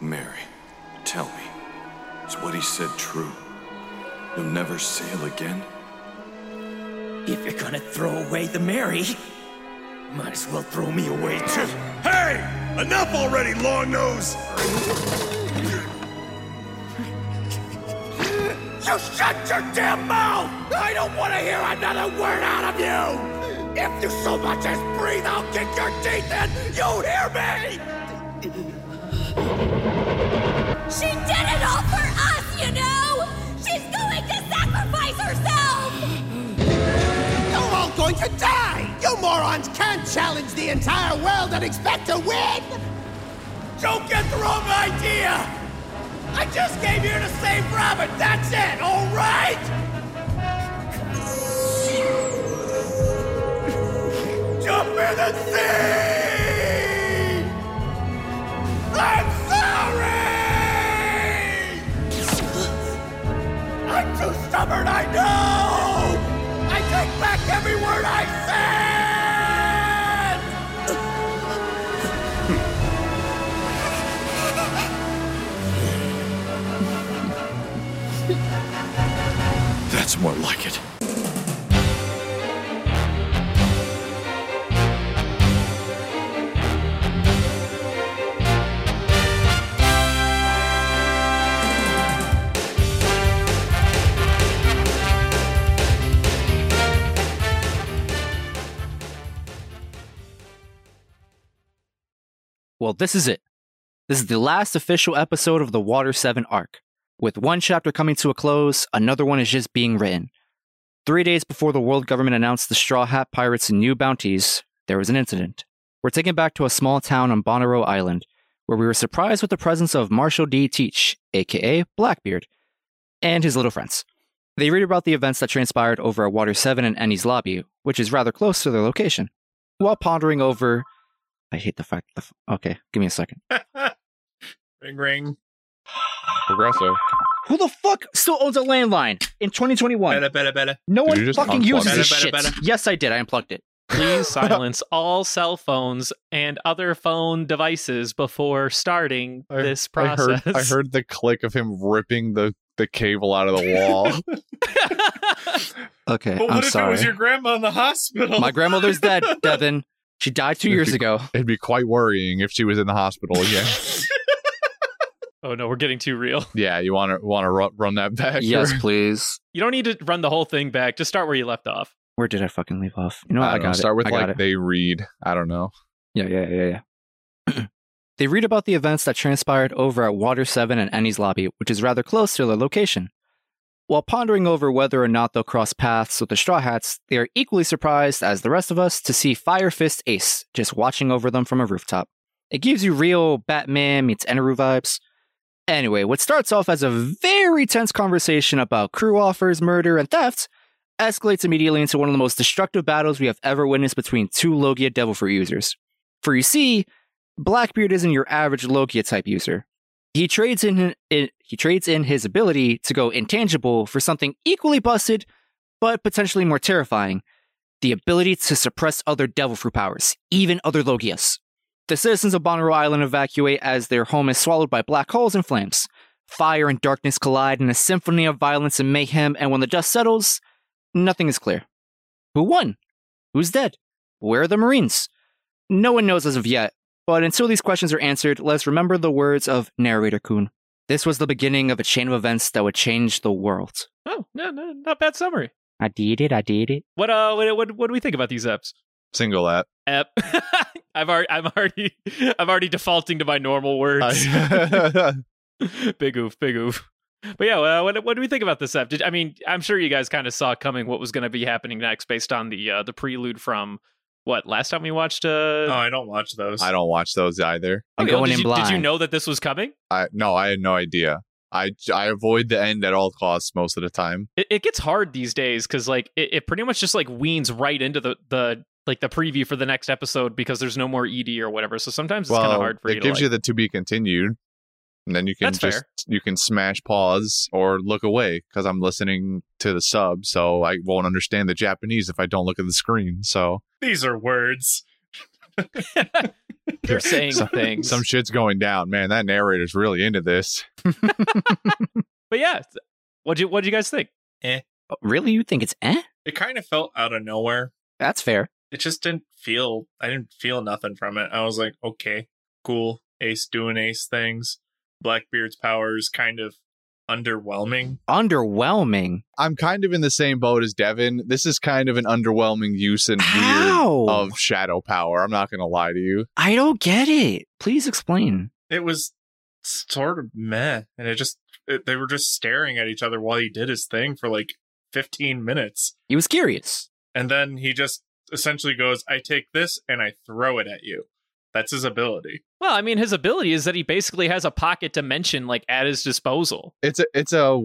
Mary, tell me, is what he said true? You'll never sail again? If you're gonna throw away the Mary, might as well throw me away too. Hey! Enough already, long nose! You shut your damn mouth! I don't want to hear another word out of you! If you so much as breathe, I'll kick your teeth in! You hear me? She did it all for us, you know! She's going to sacrifice herself! You're all going to die! You morons can't challenge the entire world and expect to win! Don't get the wrong idea! I just came here to save Robin, that's it, alright? Jump in the sea! I'm sorry! I'm too stubborn, I know! I take back every word I said! That's more like it. Well, this is it. This is the last official episode of the Water 7 arc. With one chapter coming to a close, another one is just being written. Three days before the world government announced the Straw Hat Pirates' new bounties, there was an incident. We're taken back to a small town on Bonnaroo Island, where we were surprised with the presence of Marshall D. Teach, aka Blackbeard, and his little friends. They read about the events that transpired over at Water 7 and Ennie's lobby, which is rather close to their location, while pondering over I hate the fact. The f- okay, give me a second. Ring ring. Progresso. Who the fuck still owns a landline in 2021? Better, better, better. No Did one you just fucking unplug uses it? this Better, shit. better, better. Yes, I did. I unplugged it. Please silence all cell phones and other phone devices before starting I- this I heard, process. I heard the click of him ripping the, the cable out of the wall. Okay, But what I'm if sorry. it was your grandma in the hospital? My grandmother's dead, Devin. She died two years ago. It'd be quite worrying if she was in the hospital. Yeah, oh no, we're getting too real. yeah. You want to want to run, run that back? Yes, or- please. You don't need to run the whole thing back. Just start where you left off. Where did I fucking leave off? You know what? I I, don't got know. it. Start with I got like it. they read. I don't know. Yeah, yeah, yeah, yeah. they read about the events that transpired over at Water 7 and Annie's lobby, which is rather close to their location. While pondering over whether or not they'll cross paths with the Straw Hats, they are equally surprised as the rest of us to see Fire Fist Ace just watching over them from a rooftop. It gives you real Batman meets Eneru vibes. Anyway, what starts off as a very tense conversation about crew offers, murder, and theft escalates immediately into one of the most destructive battles we have ever witnessed between two Logia Devil Fruit users. For you see, Blackbeard isn't your average Logia type user. He trades in, in he trades in his ability to go intangible for something equally busted, but potentially more terrifying: the ability to suppress other Devil Fruit powers, even other Logias. The citizens of Bonnaroo Island evacuate as their home is swallowed by black holes and flames. Fire and darkness collide in a symphony of violence and mayhem, and when the dust settles, nothing is clear. Who won? Who's dead? Where are the Marines? No one knows as of yet, but until these questions are answered, let's remember the words of narrator Kuhn. This was the beginning of a chain of events that would change the world. Oh no, no, not bad summary. I did it, I did it. What uh, what what, what do we think about these eps? Single at. Ep. I've already, I'm already, I'm already defaulting to my normal words. I- big oof, big oof. But yeah, well, what, what do we think about this ep? Did, I mean, I'm sure you guys kind of saw coming what was going to be happening next based on the uh, the prelude from what last time we watched. Uh, Oh, I don't watch those. I don't watch those either. I'm well, going Oh, did in you, blind. Did you know that this was coming? I no, I had no idea. I I avoid the end at all costs most of the time. It, it gets hard these days because like it, it pretty much just like weans right into the the like the preview for the next episode because there's no more ED or whatever. So sometimes it's kind of hard for it you. gives to, you the like, to be continued, and then you can That's just fair. you can smash pause or look away because I'm listening to the sub, so I won't understand the Japanese if I don't look at the screen. So These are words. They're saying Some- things. Some shit's going down, man. That narrator's really into this. but yeah, what do what do you guys think? Oh, Really? You think it's eh? It kind of felt out of nowhere. That's fair. It just didn't feel. I didn't feel nothing from it. I was like, okay, cool. Ace doing Ace things. Blackbeard's powers kind of underwhelming. Underwhelming. I'm kind of in the same boat as Devin. This is kind of an underwhelming use and How? weird of shadow power. I'm not gonna lie to you. I don't get it. Please explain. It was sort of meh, and it just it, they were just staring at each other while he did his thing for like 15 minutes, He was curious. and then he just essentially goes, "I take this and I throw it at you." That's his ability. Well, I mean, his ability is that he basically has a pocket dimension like at his disposal. It's a it's a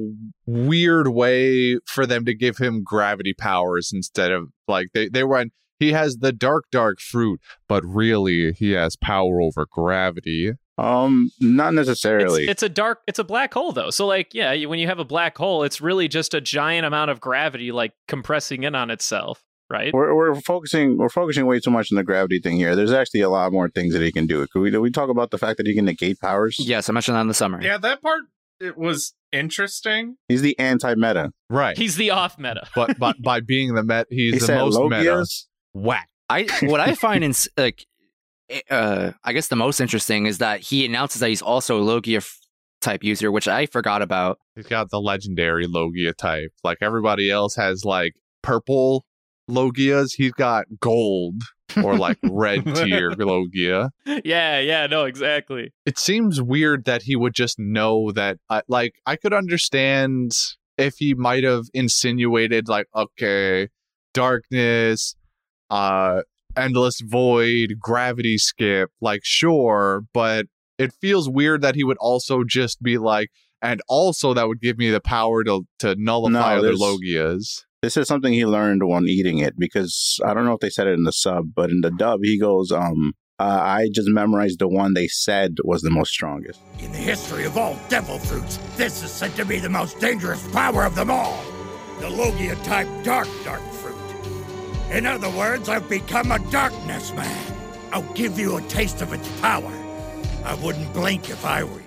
weird way for them to give him gravity powers instead of like they they went. He has the dark dark fruit, but really he has power over gravity. Um, not It's, necessarily. it's a dark, it's a black hole though. So like, yeah, you- when you have a black hole, it's really just a giant amount of gravity like compressing in on itself, right? we're, we're focusing we're focusing way too much on the gravity thing here. There's actually a lot more things that he can do. Could we, did we talk about the fact that he can negate powers? Yes, I mentioned that in the summer. Yeah, that part it was interesting. He's the anti-meta. Right. He's the off meta. but but by being the met, he's he the said most meta. Logias. Whack. I what I find in like, uh, I guess the most interesting is that he announces that he's also a Logia f- type user, which I forgot about. He's got the legendary Logia type. Like everybody else has like purple Logias. He's got gold or like red tier Logia. yeah, yeah, no, exactly. It seems weird that he would just know that. I, like I could understand if he might have insinuated like, okay, darkness, uh, endless void, gravity skip. Like sure, but it feels weird that he would also just be like. And also, that would give me the power to to nullify No, other there's- logias. This is something he learned on eating it because I don't know if they said it in the sub, but in the dub he goes, um, uh, I just memorized the one they said was the most strongest. In the history of all devil fruits, this is said to be the most dangerous power of them all. The Logia type dark, dark fruit. In other words, I've become a darkness man. I'll give you a taste of its power. I wouldn't blink if I were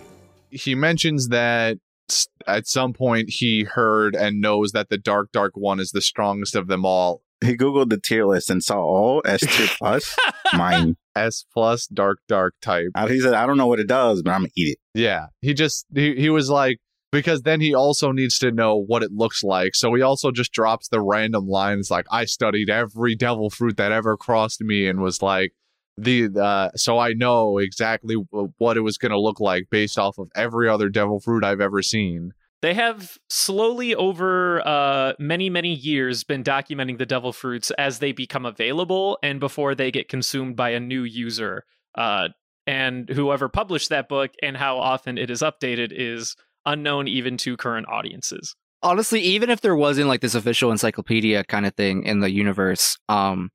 you. he mentions that s- at some point he heard and knows that the dark dark one is the strongest of them all He googled the tier list and saw all S tier plus mine. s plus dark dark type Uh, He said, I don't know what it does, but I'm gonna eat it. yeah he just he, he was like because then he also needs to know what it looks like so he also just drops the random lines like i studied every devil fruit that ever crossed me and was like the uh, so i know exactly w- what it was going to look like based off of every other devil fruit i've ever seen They have slowly over uh, many, many years been documenting the devil fruits as they become available and before they get consumed by a new user. Uh, and whoever published that book and how often it is updated is unknown even to current audiences. Honestly, even if there wasn't like this official encyclopedia kind of thing in the universe, um,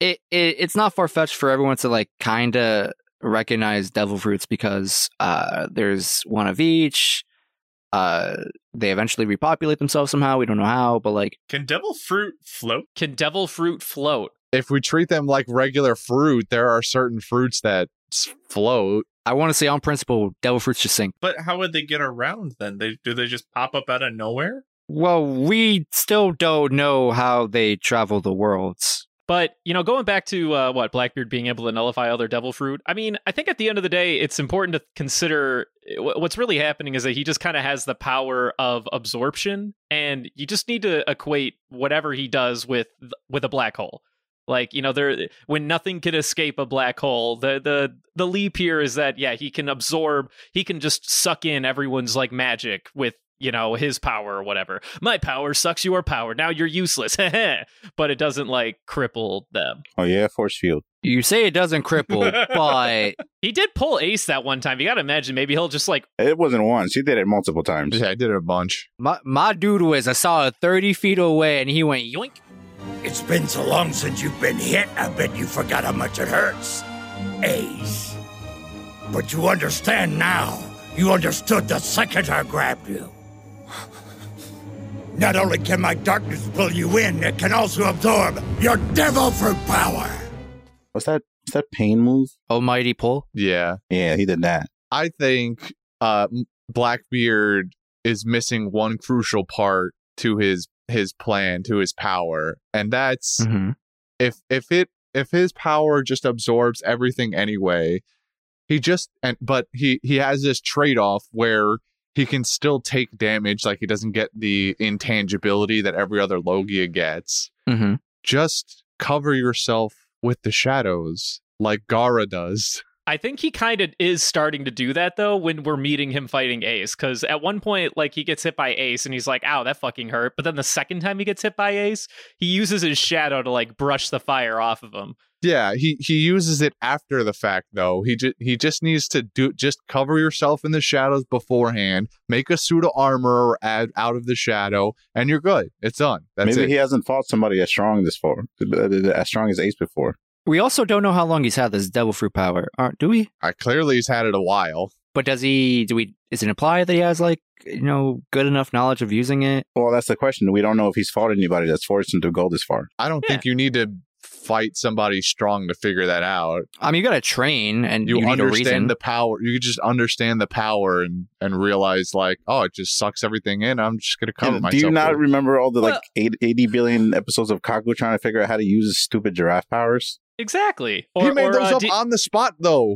it, it it's not far fetched for everyone to like kind of recognize devil fruits because uh, there's one of each. Uh, they eventually repopulate themselves somehow. We don't know how, but like Can devil fruit float? Can devil fruit float? if we treat them like regular fruit, there are certain fruits that s- float. I want to say on principle, devil fruits just sink. But how would they get around then? They do they just pop up out of nowhere? Well, we still don't know how they travel the worlds. But you know, going back to uh, what Blackbeard being able to nullify other devil fruit. I mean, I think at the end of the day, it's important to consider wh- what's really happening is that he just kind of has the power of absorption, and you just need to equate whatever he does with th- with a black hole. Like you know, there eh, when nothing can escape a black hole, the the the leap here is that yeah, he can absorb, he can just suck in everyone's like magic with you know his power or whatever. My power sucks your power. Now you're useless. but it doesn't like cripple them. Oh yeah, force field. You say it doesn't cripple, but He did pull Ace that one time. You got to imagine maybe he'll just like It wasn't once. He did it multiple times. Yeah, I did it a bunch. my, my dude was, I saw it 30 feet away and he went yoink. It's been so long since you've been hit, I bet you forgot how much it hurts. Ace. But you understand now. You understood the second I grabbed you. Not only can my darkness pull you in, it can also absorb your devil fruit power. What's that Is that pain move? Almighty pull. Yeah. Yeah, he did that. I think uh, M- Blackbeard is missing one crucial part to his his plan, to his power, and that's Mm-hmm. if if it if his power just absorbs everything anyway, he just and but he he has this trade off where he can still take damage, like he doesn't get the intangibility that every other Logia gets. Mm-hmm. Just cover yourself with the shadows, like Gara does. I think he kind of is starting to do that though when we're meeting him fighting Ace because at one point like he gets hit by Ace and he's like ow that fucking hurt but then the second time he gets hit by Ace he uses his shadow to like brush the fire off of him Yeah, he he uses it after the fact though. He just he just needs to do just cover yourself in the shadows beforehand, make a suit of armor or add out of the shadow, and you're good. It's done. That's Maybe it. he hasn't fought somebody as strong this far, as strong as Ace before. We also don't know how long he's had this devil fruit power, aren't do we? I clearly he's had it a while. But does he? Do we? Is it implied that he has like you know good enough knowledge of using it? Well, that's the question. We don't know if he's fought anybody that's forced him to go this far. I don't think you need to fight somebody strong to figure that out. I mean, you got to train and You, you, need a reason. understand the power. You just understand the power and and realize like, oh, it just sucks everything in. I'm just gonna cover And myself. do you not with it. remember all the Well- like eight, 80 billion episodes of Kaku trying to figure out how to use his stupid giraffe powers? exactly or, he made or, those uh, up D- on the spot though.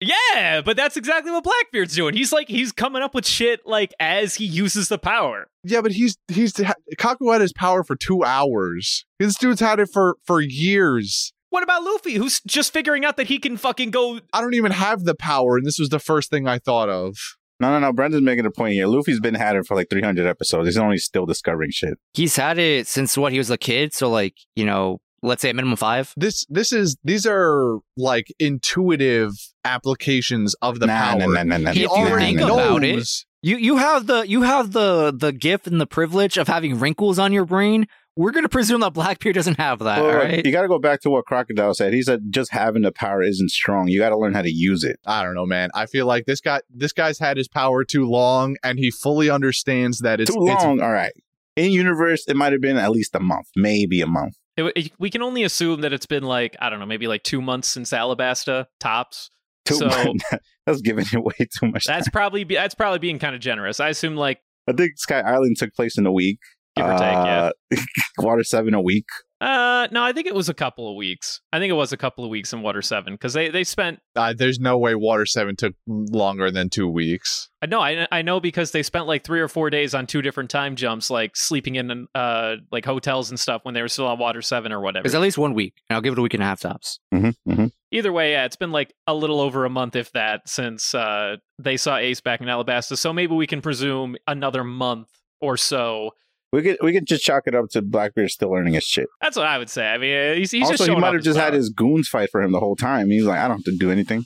yeah but that's exactly what Blackbeard's doing he's like he's coming up with shit like as he uses the power Yeah, but he's he's Kaku had his power for two hours. This dude's had it for for years. what about Luffy who's just figuring out that he can fucking go I don't even have the power, and this was the first thing I thought of. No, no, no. Brendan's making a point here. Luffy's been had it for like 300 episodes. He's only still discovering shit. he's had it since what he was a kid. So like you know, let's say a minimum five. This this is these are like intuitive applications of the nah, power. nah, nah, nah, nah, He nah, already nah, nah, knows. nah. about it. You you have the you have the the gift and the privilege of having wrinkles on your brain. We're gonna presume that Blackbeard doesn't have that. Oh, Well, all right. You got to go back to what Crocodile said. He said just having the power isn't strong. You got to learn how to use it. I don't know, man. I feel like this guy this guy's had his power too long, and he fully understands that it's Too it's- long. all right. In universe, it might have been at least a month, maybe a month. It- it- we can only assume that it's been like I don't know, maybe like two months since Alabasta tops. Too So- much. That's giving it way too much. That's probably be, that's probably being kind of generous. I assume like I think Sky Island took place in a week. give or take, yeah. take, yeah. Water Seven a week. Uh, no, I think it was a couple of weeks. I think it was a couple of weeks in Water Seven because they they spent. Uh, there's no way Water Seven took longer than two weeks. I know, uh, I I know because they spent like three or four days on two different time jumps, like sleeping in uh like hotels and stuff when they were still on Water Seven or whatever. It's at least one week, and I'll give it a week and a half tops. Mm-hmm, mm-hmm. Either way, yeah, it's been like a little over a month, if that, since uh, they saw Ace back in Alabasta. So maybe we can presume another month or so We could we could just chalk it up to Blackbeard still learning his shit. That's what I would say. I mean, uh, he's, he's just also, he showing might off have just had power. his goons fight for him the whole time. He's like, I don't have to do anything.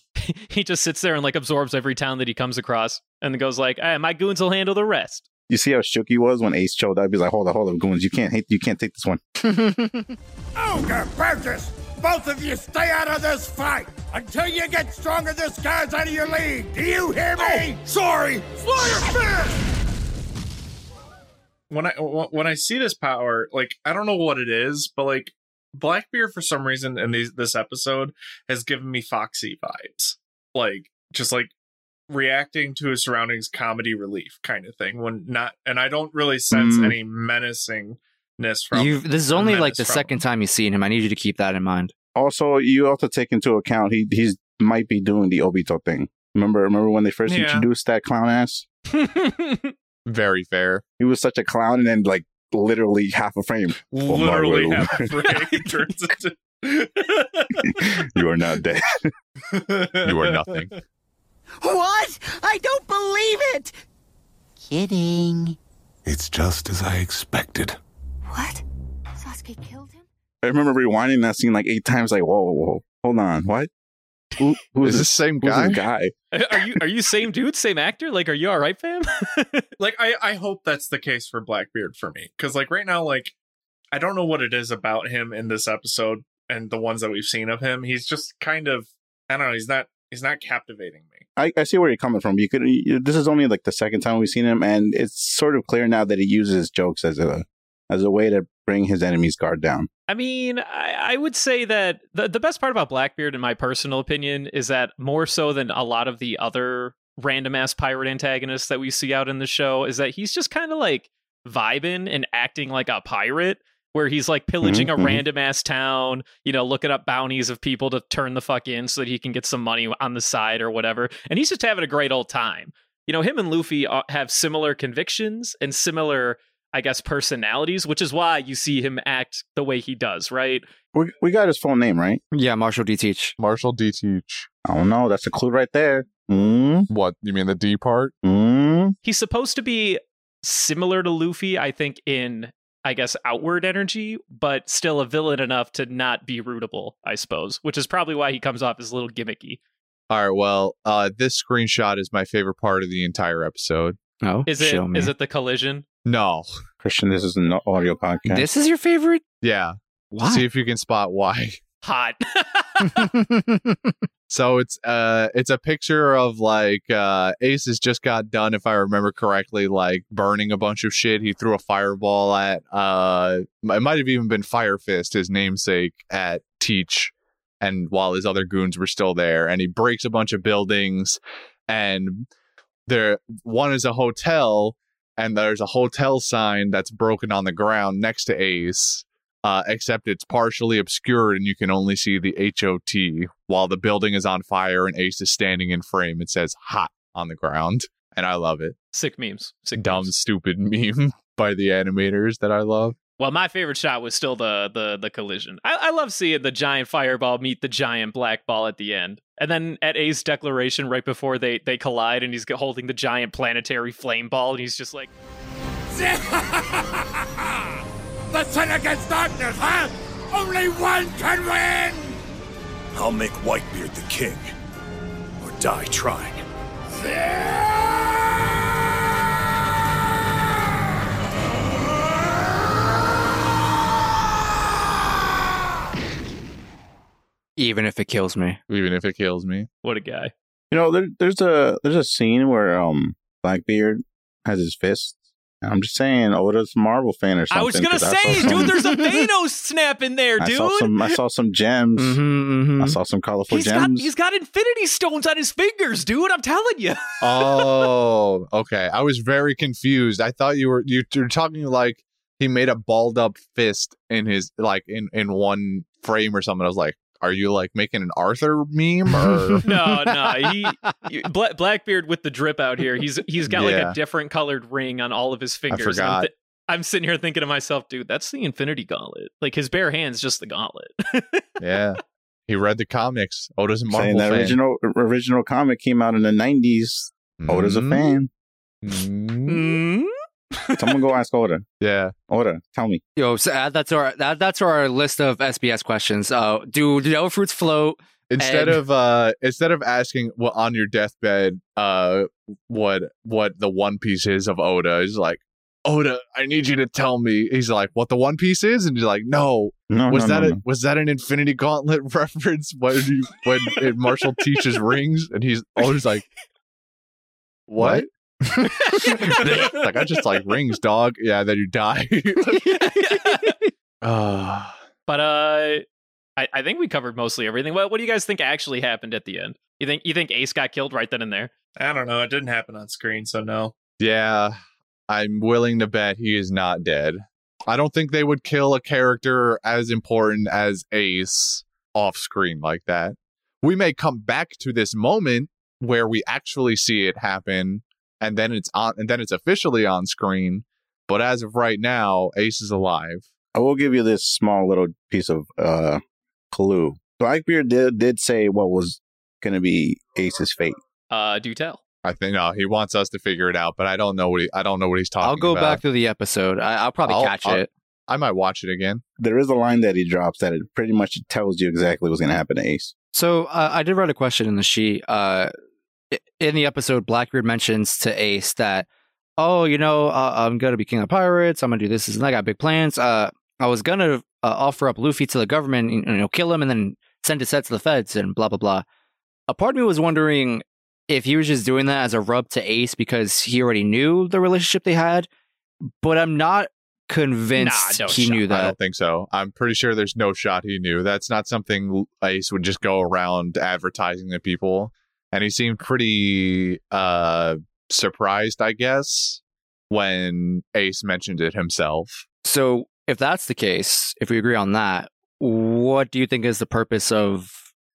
He just sits there and like absorbs every town that he comes across, and then goes like, "Hey, my goons will handle the rest." You see how shook he was when Ace showed up. He's like, Hold up, hold up, goons. You can't hate. You can't take this one. Ogre Burgess, both of you stay out of this fight until you get stronger. This guy's out of your league. Do you hear me? sorry. Fly your fist. when I wh- when I see this power, like I don't know what it is, but like Blackbeard for some reason in these, this episode has given me Foxy vibes, like just like reacting to his surroundings, comedy relief kind of thing. When not, and I don't really sense Mm. any menacingness from. You've, this is only And like Menace the from- second time you've seen him. I need you to keep that in mind. Also, you have to take into account he he's might be doing the Obito thing. Remember, remember when they first Yeah. introduced that clown ass? Very fair. He was such a clown, and then like literally half a frame. my literally room. half a frame turns into. you are not dead. you are nothing. What? I don't believe it! Kidding. It's just as I expected. What? Sasuke killed him? I remember rewinding that scene like eight times. Like, whoa, whoa, whoa. hold on, what? Who, who Is is this this? same Who's guy? this guy? are you are you same dude, same actor? Like, are you all right, fam? like I, I hope that's the case for Blackbeard for me because like right now like I don't know what it is about him in this episode and the ones that we've seen of him he's just kind of I don't know he's not he's not captivating me I, I see where you're coming from. You could. You, this is only like the second time we've seen him, and it's sort of clear now that he uses jokes as a as a way to bring his enemy's guard down. I mean, I, I would say that the, the best part about Blackbeard, in my personal opinion, is that more so than a lot of the other random ass pirate antagonists that we see out in the show, is that he's just kind of like vibing and acting like a pirate, where he's like pillaging Mhm. a random ass town, you know, looking up bounties of people to turn the fuck in so that he can get some money on the side or whatever. And he's just having a great old time. You know, him and Luffy uh, have similar convictions and similar I guess personalities, which is why you see him act the way he does, right? We, we got his full name, right? Yeah, Marshall D. Teach. Marshall D. Teach. I don't know. That's a clue right there. Mm, What? You mean the D part? mm. He's supposed to be similar to Luffy, I think, in I guess outward energy, but still a villain enough to not be rootable, I suppose, which is probably why he comes off as a little gimmicky. All right. Well, uh, this screenshot is my favorite part of the entire episode. Oh, Is it? show me. Is it the collision? No. Christian, this is an audio podcast. This is your favorite? Yeah. Why? See if you can spot why. Hot. So it's uh it's a picture of like uh Ace has just got done, if I remember correctly, like burning a bunch of shit. He threw a fireball at uh it might have even been Fire Fist, his namesake, at Teach and while his other goons were still there, and he breaks a bunch of buildings and there one is a hotel and there's a hotel sign that's broken on the ground next to Ace uh, except it's partially obscured and you can only see the HOT while the building is on fire and Ace is standing in frame. It says hot on the ground. And I love it. Sick memes. Sick Dumb, memes. stupid meme by the animators that I love. Well, my favorite shot was still the the the collision. I, I love seeing the giant fireball meet the giant black ball at the end, and then at A's declaration right before they they collide, and he's holding the giant planetary flame ball, and he's just like, the sin against darkness, huh? Only one can win! I'll make Whitebeard the king, or die trying. Even if it kills me. Even if it kills me. "What a guy!" You know, there, there's a there's a scene where um Blackbeard has his fist. And I'm just saying, Oda's a Marvel fan or something. I was gonna 'cause I saw say, some- dude, there's a Thanos snap in there, I dude. saw some. I saw some gems. Mm-hmm, I saw some colorful He's got gems. he's got Infinity Stones on his fingers, dude. I'm telling you. Oh, okay. I was very confused. I thought you were you you're talking like he made a balled up fist in his like in in one frame or something. I was like, are you like making an Arthur meme or no, no. He you- Bla- Blackbeard with the drip out here. He's he's got like Yeah. a different colored ring on all of his fingers. and I'm, forgot. thi- I'm sitting here thinking to myself, dude, that's the Infinity Gauntlet. Like his bare hand's just the gauntlet. yeah. He read the comics. Oda's a Marvel saying that fan. original original comic came out in the '90s. Oda's a Mm. fan. Mm. Hmm? Someone go ask Oda. Yeah. Oda, tell me. Yo, so add that to our that, that's our list of SBS questions. Uh, do do devil fruits float? Instead Egg. of uh instead of asking what on your deathbed uh what what the one piece is of Oda, he's like, Oda, I need you to tell me. He's like, what the one piece is? And you're like, no. No, Was no, that no, a no. was that an Infinity Gauntlet reference when you, when it Marshall teaches rings? And he's Oda's like, What? It's like I just like rings, dog. Yeah, then you die. uh, Ah. But uh I, I think we covered mostly everything. Well, what do you guys think actually happened at the end? You think you think Ace got killed right then and there? I don't know. It didn't happen on screen, so no. Yeah, I'm willing to bet he is not dead. I don't think they would kill a character as important as Ace off screen like that. We may come back to this moment where we actually see it happen and then it's on and then it's officially on screen, but as of right now, Ace is alive. I will give you this small little piece of uh clue. Blackbeard did did say what was gonna be Ace's fate. Uh do tell. I think no, he wants us to figure it out, but I don't know what he I don't know what he's talking I'll go about. back through the episode. I, I'll probably I'll- catch I'll- it. I might watch it again. There is a line that he drops that it pretty much tells you exactly what's gonna happen to Ace. So uh, I did write a question in the sheet. Uh, i- in the episode, Blackbeard mentions to Ace that, "Oh, you know, uh, I'm gonna be king of pirates. I'm gonna do this. this, And I got big plans. Uh, I was gonna uh, offer up Luffy to the government, and, you know, kill him, and then send his set to the feds, and blah blah blah." A part of me was wondering if he was just doing that as a rub to Ace because he already knew the relationship they had, but I'm not convinced Nah, no he shot. knew I that. don't think so. I'm pretty sure there's no shot he knew. That's not something Ace would just go around advertising to people. And he seemed pretty uh surprised, I guess, when Ace mentioned it himself. So, if that's the case, if we agree on that, what do you think is the purpose of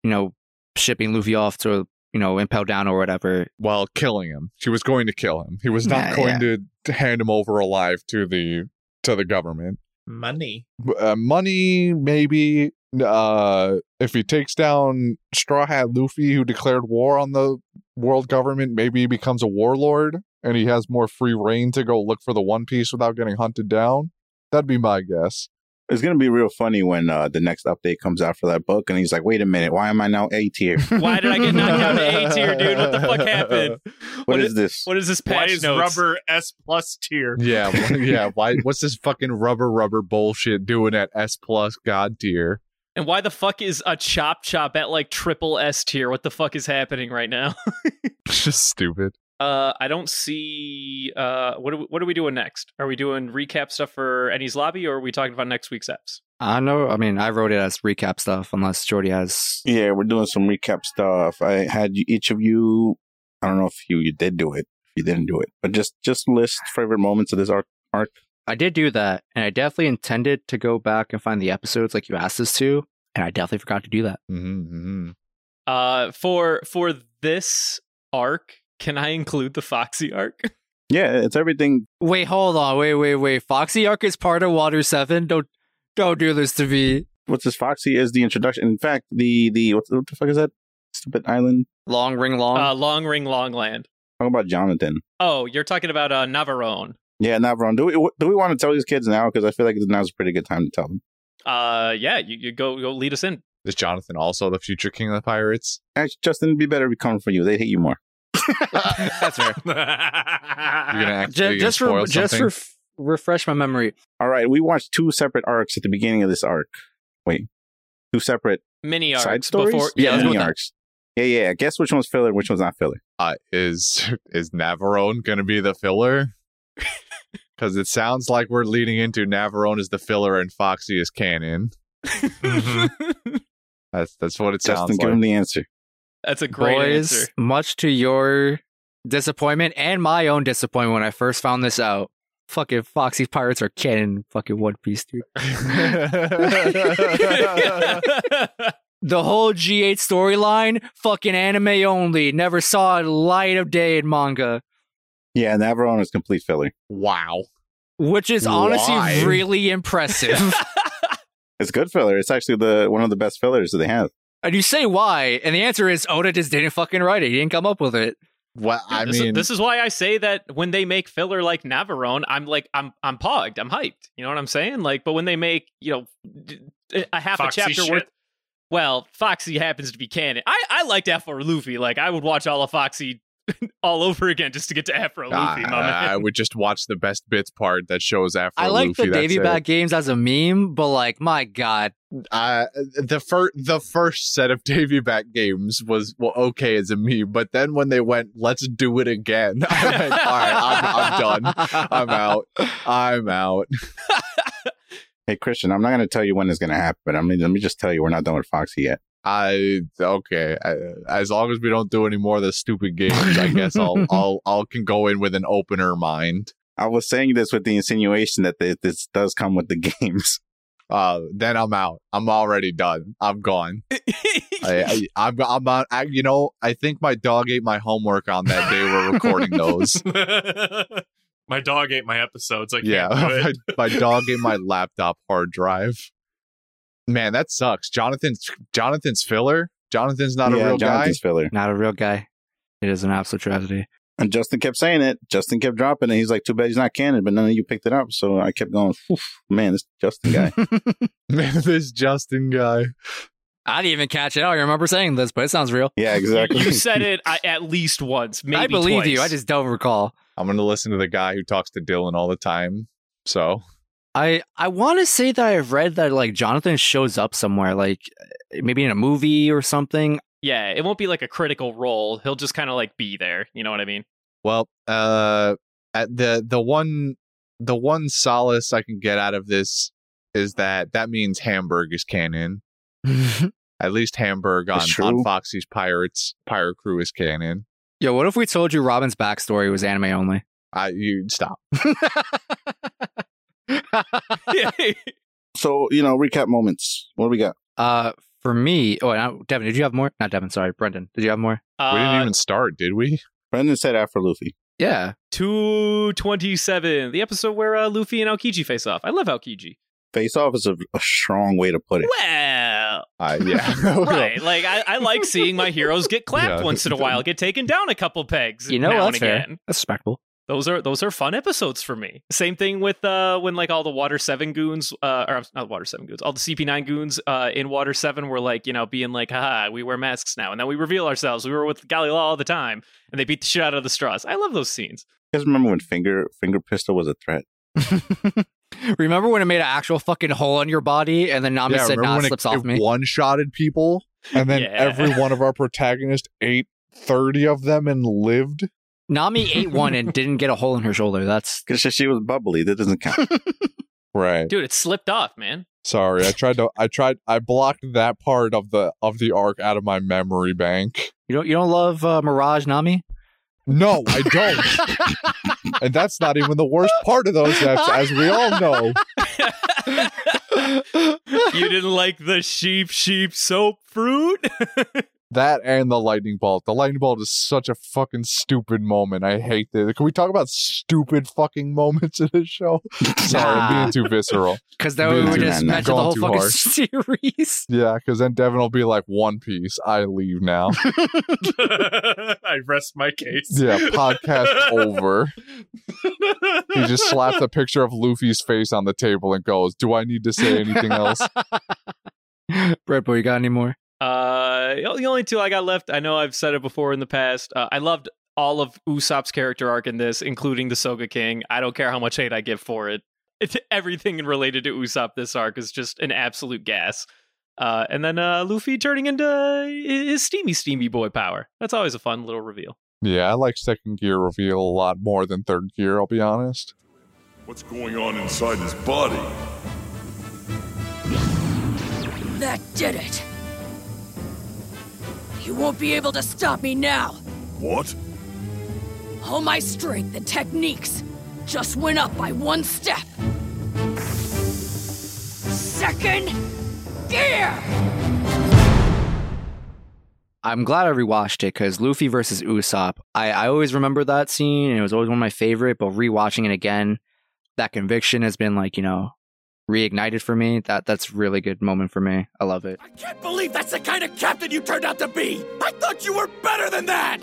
you know shipping Luffy off to you know Impel Down or whatever? While killing him, she was going to kill him. He was not Yeah, going to- to hand him over alive to the to the government. Money. uh, money maybe uh if he takes down straw hat luffy who declared war on the world government maybe he becomes a warlord and he has more free reign to go look for the one piece without getting hunted down that'd be my guess It's gonna be real funny when uh, the next update comes out for that book, and he's like, "Wait a minute, why am I now A tier? Why did I get knocked down to A tier, dude? What the fuck happened? what is this? What is this Why patch is notes? rubber S plus tier? yeah wh- yeah why what's this fucking rubber rubber bullshit doing at s plus god tier And why the fuck is a chop chop at like triple S tier? What the fuck is happening right now? just stupid Uh, I don't see. Uh, what are we, what are we doing next? Are we doing recap stuff for Any's lobby, or are we talking about next week's apps? I know. I mean, I wrote it as recap stuff, unless Jordy has. Yeah, we're doing some recap stuff. I had you, each of you. I don't know if you you did do it, if you didn't do it, but just just list favorite moments of this arc. I did do that, and I definitely intended to go back and find the episodes like you asked us to, and I definitely forgot to do that. mm-hmm. Uh, for for this arc, can I include the Foxy arc? Yeah, it's everything. Wait, hold on. Wait, wait, wait. Foxy Arc is part of Water Seven. Don't don't do this to me. What's this? Foxy is the introduction. In fact, the the what, what the fuck is that? Stupid island. Long ring, long. Um. Uh, Long Ring, Long Land. Talk about Jonathan. Oh, you're talking about uh, Navarone. Yeah, Navron. Do we do we want to tell these kids now? Because I feel like now's a pretty good time to tell them. Uh, yeah, you, you go go lead us in. is jonathan also the future king of the pirates Actually, Justin, it'd be better if we come for you. They hate you more. That's fair. you're gonna actually Uh, Ju- just spoil for just something? for refresh my memory. All right, we watched two separate arcs at the beginning of this arc. Wait, two separate Mini arcs side stories? before. yeah, let's go with mini that. arcs. Yeah, yeah. Guess which one's filler, which one's not filler. uh, is is Navarone gonna be the filler? Because it sounds like we're leading into Navarone is the filler and Foxy is canon. That's that's what it Justin, sounds give him like. the answer. That's a great Boys, answer. much to your disappointment and my own disappointment when I first found this out, fucking Foxy Pirates are canon fucking One Piece, dude. The whole G8 storyline, fucking anime only. Never saw a light of day in manga. Yeah, Navarone is complete filler. wow. Which is honestly Why? really impressive. It's good filler. It's actually the one of the best fillers that they have. and you say why, and the answer is Oda just didn't fucking write it. He didn't come up with it. Well, I this, mean, is, this is why I say that when they make filler like Navarone, I'm like, I'm I'm pogged, I'm hyped. You know what I'm saying? Like, but when they make you know d- a half Foxy a chapter shit. worth, well, Foxy happens to be canon. I I liked Afro Luffy. Like, I would watch all of Foxy all over again just to get to Afro Luffy. my I, man. I would just watch the best bits part that shows after. I like Luffy, the that's Davy it. Back games as a meme, but like, my god, Uh, the first the first set of Davy Back games was well okay as a meme, but then when they went, let's do it again. I went, all right, I'm, I'm done. I'm out. I'm out. Hey, Christian, I'm not going to tell you when it's going to happen, but I mean, let me just tell you, we're not done with Foxy yet. I okay. I, as long as we don't do any more of the stupid games, I guess I'll I'll I'll can go in with an opener mind. I was saying this with the insinuation that th- this does come with the games. Uh, then I'm out. I'm already done. I'm gone. I, I I'm I'm out. I, you know, I think my dog ate my homework on that day we're recording those. my dog ate my episodes. I can't yeah, do my, it. my dog ate my laptop hard drive. Man, that sucks. Jonathan's Jonathan's filler. Jonathan's not yeah, a real Jonathan's filler. not a real guy. It is an absolute tragedy. And Justin kept saying it. Justin kept dropping it. He's like, too bad he's not canon, but none of you picked it up. So I kept going, Oof, man, this Justin guy. guy. Man, this Justin guy. I didn't even catch it. I don't remember saying this, but it sounds real. yeah, exactly. You said it I, at least once, maybe I believe twice. you. I just don't recall. I'm gonna listen to the guy who talks to Dylan all the time. So I I want to say that I've read that like Jonathan shows up somewhere, like maybe in a movie or something. yeah, it won't be like a critical role. He'll just kind of like be there. You know what I mean? well, uh, at the the one the one solace I can get out of this is that that means Hamburg is canon. At least Hamburg on, That's true. on Foxy's Pirates Pirate Crew is canon. Yo, what if we told you Robin's backstory was anime only? I you stop. So you know, recap moments. What do we got? uh, for me, oh, now, Devin, did you have more? Not Devin, sorry, Brendan. Did you have more? we didn't Uh, even start, did we? Brendan said after Luffy. Yeah, 227, the episode where uh, Luffy and Aokiji face off. I love Aokiji. Face off is a, a strong way to put it. Well, Uh, yeah. right. Like, I, I like seeing my heroes get clapped Yeah. once in a while, get taken down a couple pegs. you know now that's and again. fair. That's respectable. Those are those are fun episodes for me. Same thing with uh when like all the Water Seven goons, uh, or not Water Seven goons, all the CP Nine goons uh in Water Seven were like you know being like, haha, we wear masks now, and then we reveal ourselves. We were with Galila all the time, and they beat the shit out of the straws. I love those scenes. You guys remember when finger finger pistol was a threat? remember when it made an actual fucking hole in your body, and then Nami yeah, said, remember "Nah, when it it- slips it, off me." one-shotted people and then Yeah. every one of our protagonists ate 30 of them and lived? Nami ate one and didn't get a hole in her shoulder. That's Because she was bubbly. That doesn't count. Right. Dude, it slipped off, man. Sorry, I tried to I tried I blocked that part of the of the arc out of my memory bank. you don't you don't love uh, Mirage Nami. No, I don't. and that's not even the worst part of those eps, as we all know. You didn't like the sheep sheep soap fruit. That and the lightning bolt. The lightning bolt is such a fucking stupid moment. I hate this. Can we talk about stupid fucking moments in this show? Sorry, I'm being too visceral. Because then Dude, we would nah, just nah. mention the Going whole too fucking hard. series. Yeah, because then Devin will be like, One Piece, I leave now. I rest my case. Yeah, podcast over. He just slaps a picture of Luffy's face on the table and goes, Do I need to say anything else? Red Bull, you got any more? Uh, the only two I got left. I know I've said it before in the past. Uh, I loved all of Usopp's character arc in this, including the Soga King. I don't care how much hate I give for it. It's everything related to Usopp this arc is just an absolute gas. Uh, and then uh, Luffy turning into uh, his steamy, steamy boy power. That's always a fun little reveal. Yeah, I like second gear reveal a lot more than third gear, I'll be honest. What's going on inside his body? That did it. You won't be able to stop me now. What? All my strength and techniques just went up by one step. Second gear! I'm glad I rewatched it because Luffy versus Usopp. I, I always remember that scene and it was always one of my favorite, but rewatching it again, that conviction has been like, you know, reignited for me. That that's a really good moment for me. I love it. I can't believe that's the kind of captain you turned out to be! I thought you were better than that!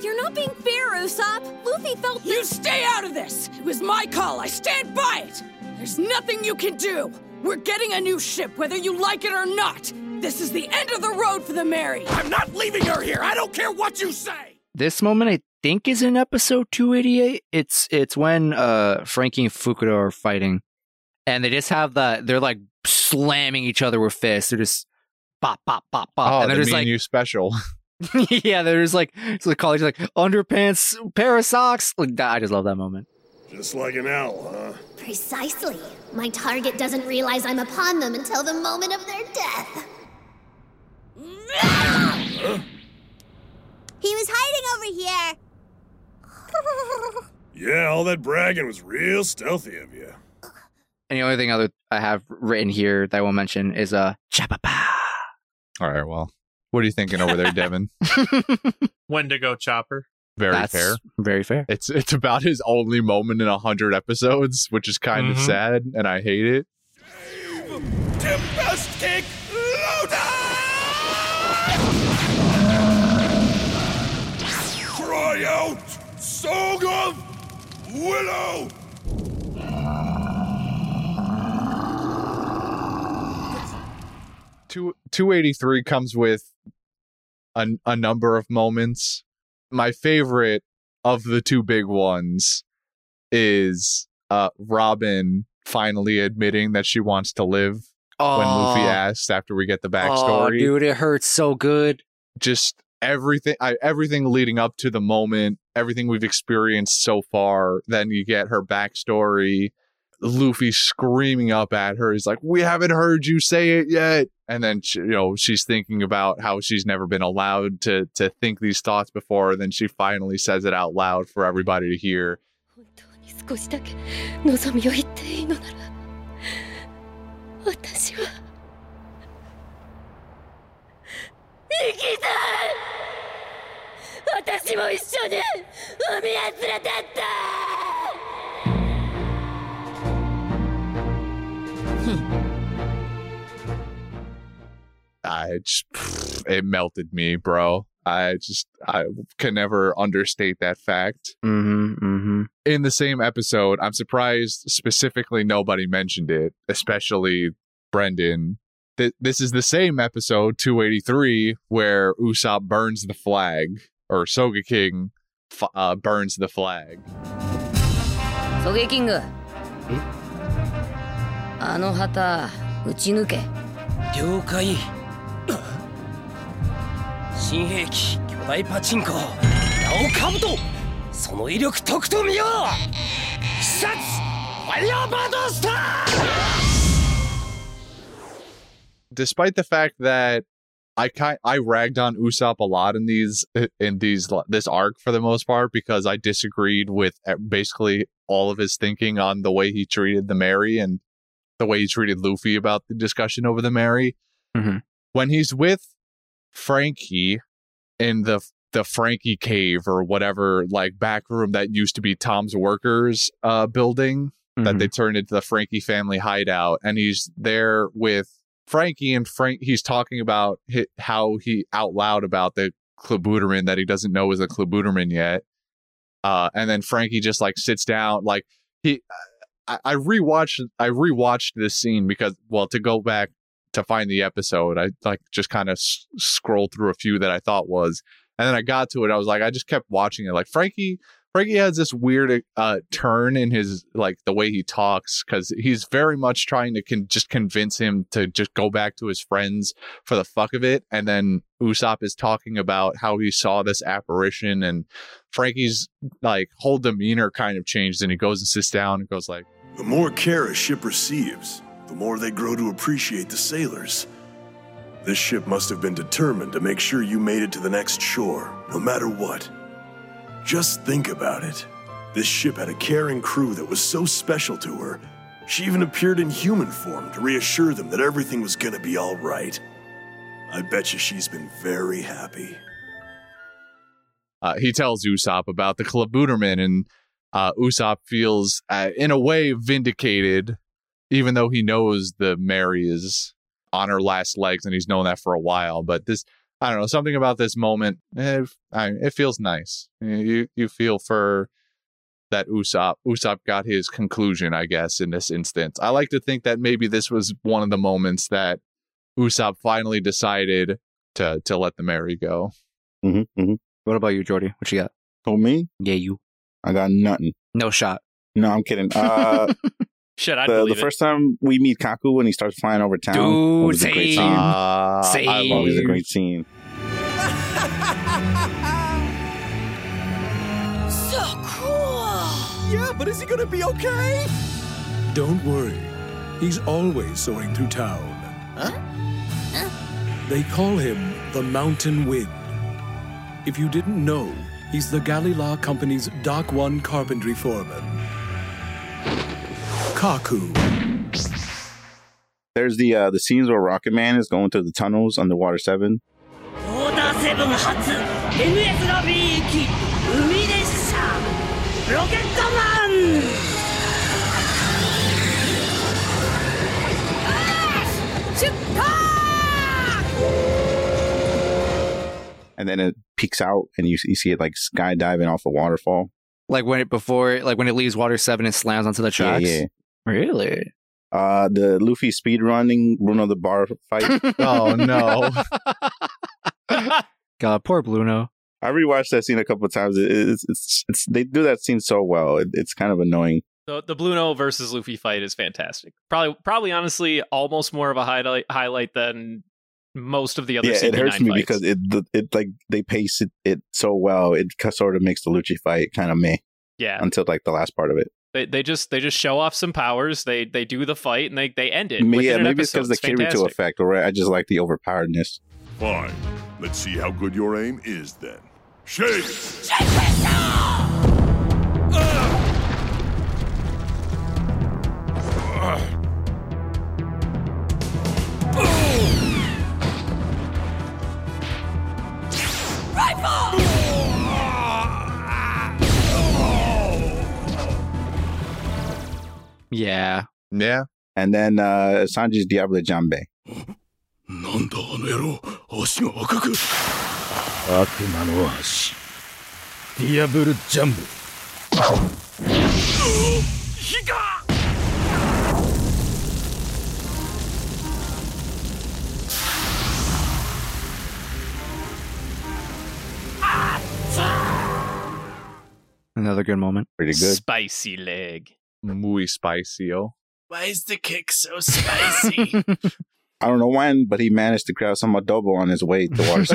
You're not being fair, Usopp. Luffy felt You stay out of this! It was my call. I stand by it! There's nothing you can do! We're getting a new ship, whether you like it or not! This is the end of the road for the Mary! I'm not leaving her here! I don't care what you say! This moment I think is in episode 288. It's it's when uh Frankie and Fukuda are fighting. And they just have that they're like slamming each other with fists. They're just bop, bop, bop, bop. oh, and they they're just mean like you special. yeah, they're just like so they call each other like underpants, pair of socks. Like that, I just love that moment. Just like an owl, huh? Precisely. My target doesn't realize I'm upon them until the moment of their death. He was hiding over here. Yeah, all that bragging was real stealthy of you. And the only thing other I have written here that I will mention is uh Chapapa. All right, well, what are you thinking over there, Devin? Wendigo Chopper. Very That's fair. Very fair. It's it's about his only moment in a hundred episodes, which is kind of Mhm. sad, and I hate it. Tempest kick Loda! Cry out, song of willow. Two two eighty three comes with a a number of moments. My favorite of the two big ones is uh Robin finally admitting that she wants to live when Luffy asks after we get the oh, backstory. dude, it hurts so good. Just everything I, everything leading up to the moment, everything we've experienced so far. Then you get her backstory. Luffy screaming up at her. He's like, "We haven't heard you say it yet." And then she, you know she's thinking about how she's never been allowed to to think these thoughts before. And then she finally says it out loud for everybody to hear. 本当に少しだけ望みを言っていいのなら私は生きたい私も一緒に海へ連れてって I just, it melted me, bro. I just I can never understate that fact. Mm-hmm. Mm-hmm. in the same episode. I'm surprised specifically nobody mentioned it, especially Brendan. Th- this is the same episode 283 where Usopp burns the flag or Soga King f- uh, burns the flag. 狙撃軍あの旗打ち抜け了解 新兵器巨大パチンコナオカブトその威力とくと見よう必殺ファイヤーバードスター Despite the fact that I kind I ragged on Usopp a lot in these in these this arc for the most part because I disagreed with uh, basically all of his thinking on the way he treated the Mary and the way he treated Luffy about the discussion over the Mary. Mhm. When he's with Frankie in the the Frankie cave or whatever like back room that used to be Tom's workers uh building Mm-hmm. that they turned into the Frankie family hideout and he's there with Frankie and Frank he's talking about hi how he out loud about the Klabuterman that he doesn't know is a Klabuterman yet uh and then Frankie just like sits down like he I, I rewatched I rewatched this scene because well to go back to find the episode I like just kind of s- scrolled through a few that I thought was and then I got to it I was like I just kept watching it like Frankie Frankie has this weird uh, turn in his like the way he talks because he's very much trying to con- just convince him to just go back to his friends for the fuck of it, and then Usopp is talking about how he saw this apparition, and Frankie's like whole demeanor kind of changed, and he goes and sits down and goes like, The more care a ship receives, the more they grow to appreciate the sailors. This ship must have been determined to make sure you made it to the next shore, no matter what. Just think about it. This ship had a caring crew that was so special to her, she even appeared in human form to reassure them that everything was gonna be alright. I bet you she's been very happy. uh, he tells Usopp about the Klabuterman, and uh, Usopp feels, uh, in a way, vindicated, even though he knows the Mary is on her last legs, and he's known that for a while. But this, I don't know, something about this moment, eh, I, it feels nice. You you feel for that Usopp. Usopp got his conclusion, I guess, in this instance. I like to think that maybe this was one of the moments that Usopp finally decided to to let the Mary go. hmm hmm What about you, Jordy? What you got? Oh me? Yeah, you. I got nothing. No shot. No, I'm kidding. Uh, Shit, I the believe the first time we meet Kaku when he starts flying over town, Dude, always a great same. scene. Ah, I Same. love Always a it. great scene. So cool! yeah but is he gonna be okay Don't worry. He's always soaring through town. Huh? They call him the Mountain Wind. If you didn't know, he's the Galila Company's Dock One carpentry foreman. Kaku. There's the uh, the scenes where Rocket Man is going through the tunnels underwater seven. オーダーセブン発 NS ロビー行き海列車ロケットマン and then it peeks out and you, you see it like skydiving off a waterfall. Like when it before, like when it leaves Water Seven and slams onto the Yeah, tracks. yeah. Really? Uh, the Luffy speed running Bruno the Bar fight. Oh no. God, poor Bluno. I rewatched that scene a couple of times. It, it's, it's it's they do that scene so well. It, it's kind of annoying. The, the Blue No versus Luffy fight is fantastic. Probably, probably honestly, almost more of a highlight highlight than most of the other Yeah, it CP9 hurts me fights. because it the, it like they pace it, it so well. It sort of makes the Lucci fight kind of meh yeah, until like the last part of it. they, they just they just show off some powers. They they do the fight and they they end it. Me- within yeah, an maybe it's episode. because the Kirito fantastic. effect, or I just like the overpoweredness. Fine. Let's see how good your aim is then. Shake it! Yeah. Yeah. And then uh, Sanji's Diablo Jambe. なんだあの野郎足が赤く悪魔の足ディアブルジャンボ Another good moment. Pretty good. Spicy leg. Muy spicy. Oh. Why is the kick so spicy? I don't know when, but he managed to grab some adobo on his way to water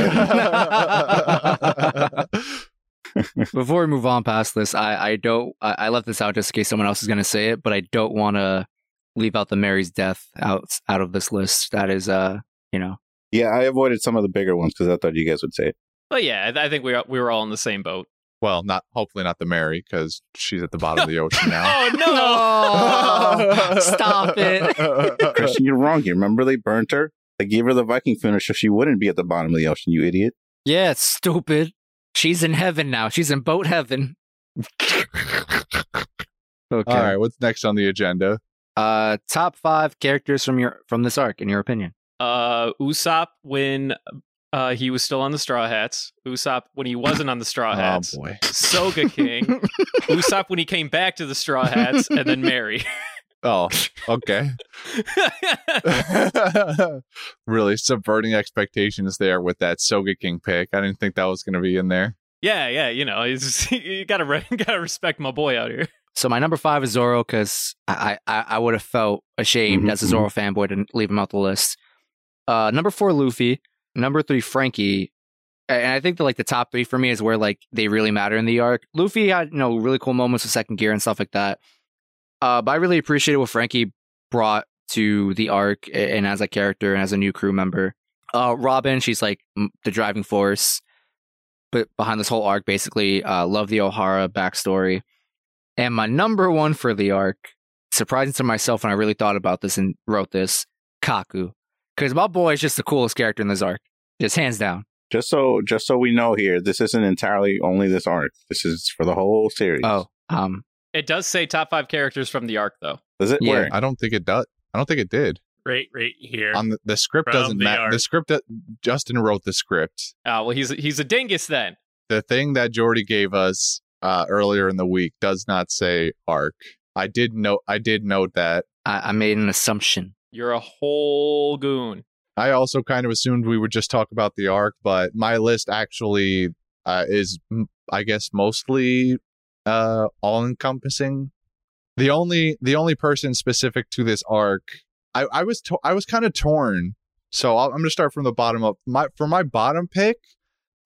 seven. Before we move on past this, I, I don't I, I left this out just in case someone else is gonna say it, but I don't wanna leave out the Mary's death out out of this list. That is uh, you know. yeah, I avoided some of the bigger ones because I thought you guys would say it. Well, yeah, I I think we are- we were all in the same boat. well, not hopefully not the Mary because she's at the bottom of the ocean now. Oh no! Oh, stop it. Christian, you're wrong. You remember they burnt her? They gave her the Viking finish so she wouldn't be at the bottom of the ocean, you idiot. Yeah, it's stupid. She's in heaven now. She's in boat heaven. okay. All right, what's next on the agenda? Uh top five characters from your from this arc, in your opinion. uh, Usopp when uh, he was still on the Straw Hats. Usopp when he wasn't on the Straw Hats. Oh boy. Soga King. Usopp when he came back to the Straw Hats, and then Mary. Oh, okay. really subverting expectations there with that Soga King pick. I didn't think that was going to be in there. yeah, yeah, you know, it's, you gotta re- gotta respect my boy out here. So my number five is Zoro because I I, I would have felt ashamed Mhm, as a Zoro fanboy to leave him out the list. Uh, number four, Luffy. Number three, Frankie. A- And I think that like the top three for me is where like they really matter in the arc. Luffy had you know really cool moments with second gear and stuff like that. Uh, but I really appreciated what Frankie brought to the arc a- and as a character and as a new crew member. Uh, Robin, she's like m- the driving force, but behind this whole arc basically. Uh, love the O'Hara backstory. And my number one for the arc, surprising to myself when I really thought about this and wrote this, Kaku. Because my boy is just the coolest character in this arc. Just hands down. Just so just so we know here, this isn't entirely only this arc. This is for the whole series. Oh, um, It does say top five characters from the arc, though. Does it Yeah. work? I don't think it does. I don't think it did. Right, right here. On the, the script From doesn't the matter. The arc. script that Justin wrote the script. Uh, well, he's he's a dingus then. The thing that Jordy gave us uh, earlier in the week does not say arc. I did note. I did note that. I, I made an assumption. You're a whole goon. I also kind of assumed we would just talk about the arc, but my list actually uh, is, m- I guess, mostly uh, all-encompassing. The only the only person specific to this arc, I, I was to- I was kind of torn. So I'll, I'm going to start from the bottom up. My for my bottom pick,